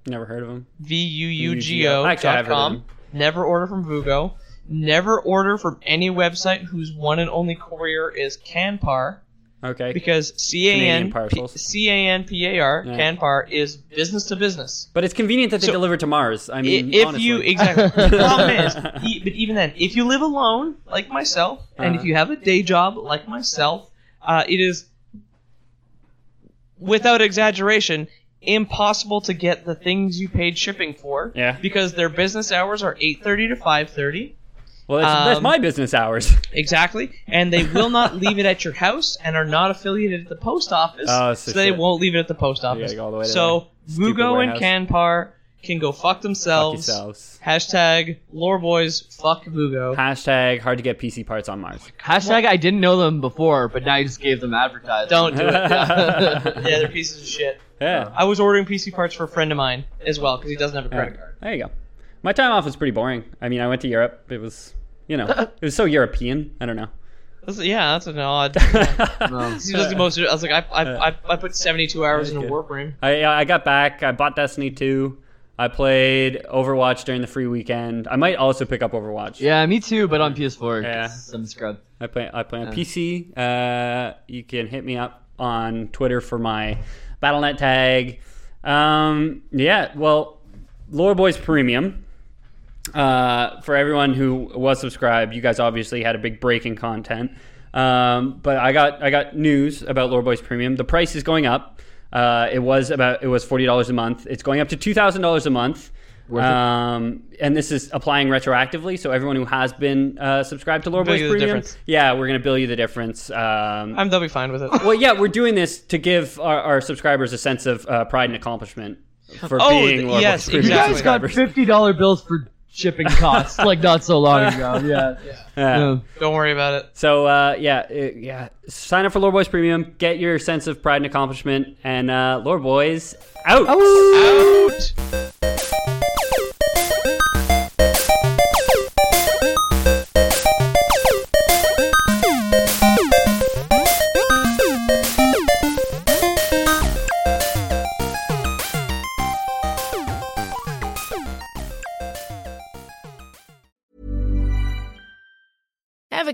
Speaker 2: Never heard of them.
Speaker 3: V U U G
Speaker 2: V-U-U-G-O.
Speaker 3: O
Speaker 2: Actually,
Speaker 3: dot
Speaker 2: I've heard of
Speaker 3: com.
Speaker 2: them.
Speaker 3: Never order from Vugo. Never order from any website whose one and only courier is Canpar
Speaker 2: Okay,
Speaker 3: because C A N
Speaker 2: Canadian parcels.
Speaker 3: C A N P A R
Speaker 2: Yeah.
Speaker 3: Canpar is business to business.
Speaker 2: but it's convenient that they
Speaker 3: So-
Speaker 2: deliver to Mars. I
Speaker 3: I-
Speaker 2: mean,
Speaker 3: if
Speaker 2: honestly.
Speaker 3: you exactly the problem is, e- but even then, if you live alone like myself, and if
Speaker 2: Uh-huh.
Speaker 3: you have a day job like myself, uh, it is without exaggeration impossible to get the things you paid shipping for.
Speaker 2: Yeah.
Speaker 3: because their business hours are eight thirty to five thirty.
Speaker 2: well, that's, that's
Speaker 3: um,
Speaker 2: my business hours.
Speaker 3: Exactly, and they will not leave it at your house, and are not affiliated at the post office,
Speaker 2: Oh,
Speaker 3: so,
Speaker 2: so
Speaker 3: they
Speaker 2: shit.
Speaker 3: won't leave it at the post office.
Speaker 2: go all the way to
Speaker 3: so
Speaker 2: that stupid
Speaker 3: Vugo and
Speaker 2: warehouse.
Speaker 3: Canpar can go fuck
Speaker 2: Fuck
Speaker 3: themselves.
Speaker 2: yourselves.
Speaker 3: Hashtag loreboys fuck Vugo.
Speaker 2: Hashtag hard to get PC parts on Mars.
Speaker 1: Hashtag I didn't know them before, but now you just gave them advertising.
Speaker 3: Don't do it.
Speaker 2: Yeah.
Speaker 3: yeah, they're pieces of shit.
Speaker 2: Yeah.
Speaker 3: I was ordering PC parts for a friend of mine as well because he doesn't have a credit card.
Speaker 2: There you go. My time off was pretty boring. I mean, I went to Europe. It was, you know, it was so European. I don't know.
Speaker 3: That's, yeah, that's an odd.
Speaker 1: No.
Speaker 3: He does the most. I was like, I, I, I, I put seventy two hours in a
Speaker 2: Okay.
Speaker 3: Warframe.
Speaker 2: I I got back. I bought Destiny two. I played Overwatch during the free weekend. I might also pick up Overwatch.
Speaker 1: Yeah, me too, but on PS4.
Speaker 2: Yeah.
Speaker 1: Some scrub.
Speaker 2: I play I play on PC. Uh, you can hit me up on Twitter for my BattleNet tag. Um, yeah, well, Lore Boys Premium. Uh, for everyone who was subscribed, you guys obviously had a big break in content. Um, but I got I got news about Lore Boys Premium. The price is going up. Uh, it was about it was forty dollars a month. It's going up to two thousand dollars a month.
Speaker 1: it.
Speaker 2: Um, and this is applying retroactively, so everyone who has been uh, subscribed to Lore
Speaker 3: Bill
Speaker 2: Boys
Speaker 3: you the
Speaker 2: Premium,
Speaker 3: difference.
Speaker 2: yeah, we're gonna bill you the difference. Um,
Speaker 3: I'm they'll be fine with it.
Speaker 2: well, yeah, we're doing this to give our, our subscribers a sense of uh, pride and accomplishment for
Speaker 3: Oh,
Speaker 2: being Lore
Speaker 3: yes,
Speaker 2: Boys Premium
Speaker 1: You guys
Speaker 3: Exactly.
Speaker 1: got
Speaker 2: subscribers.
Speaker 1: $50 bills for shipping costs, like not so long ago. Yeah.
Speaker 2: Yeah.
Speaker 1: Yeah.
Speaker 3: Don't worry about it.
Speaker 2: So uh, yeah, it- yeah, sign up for Lore Boys Premium, get your sense of pride and accomplishment, and uh, Lore Boys out.
Speaker 3: Out.
Speaker 5: Ever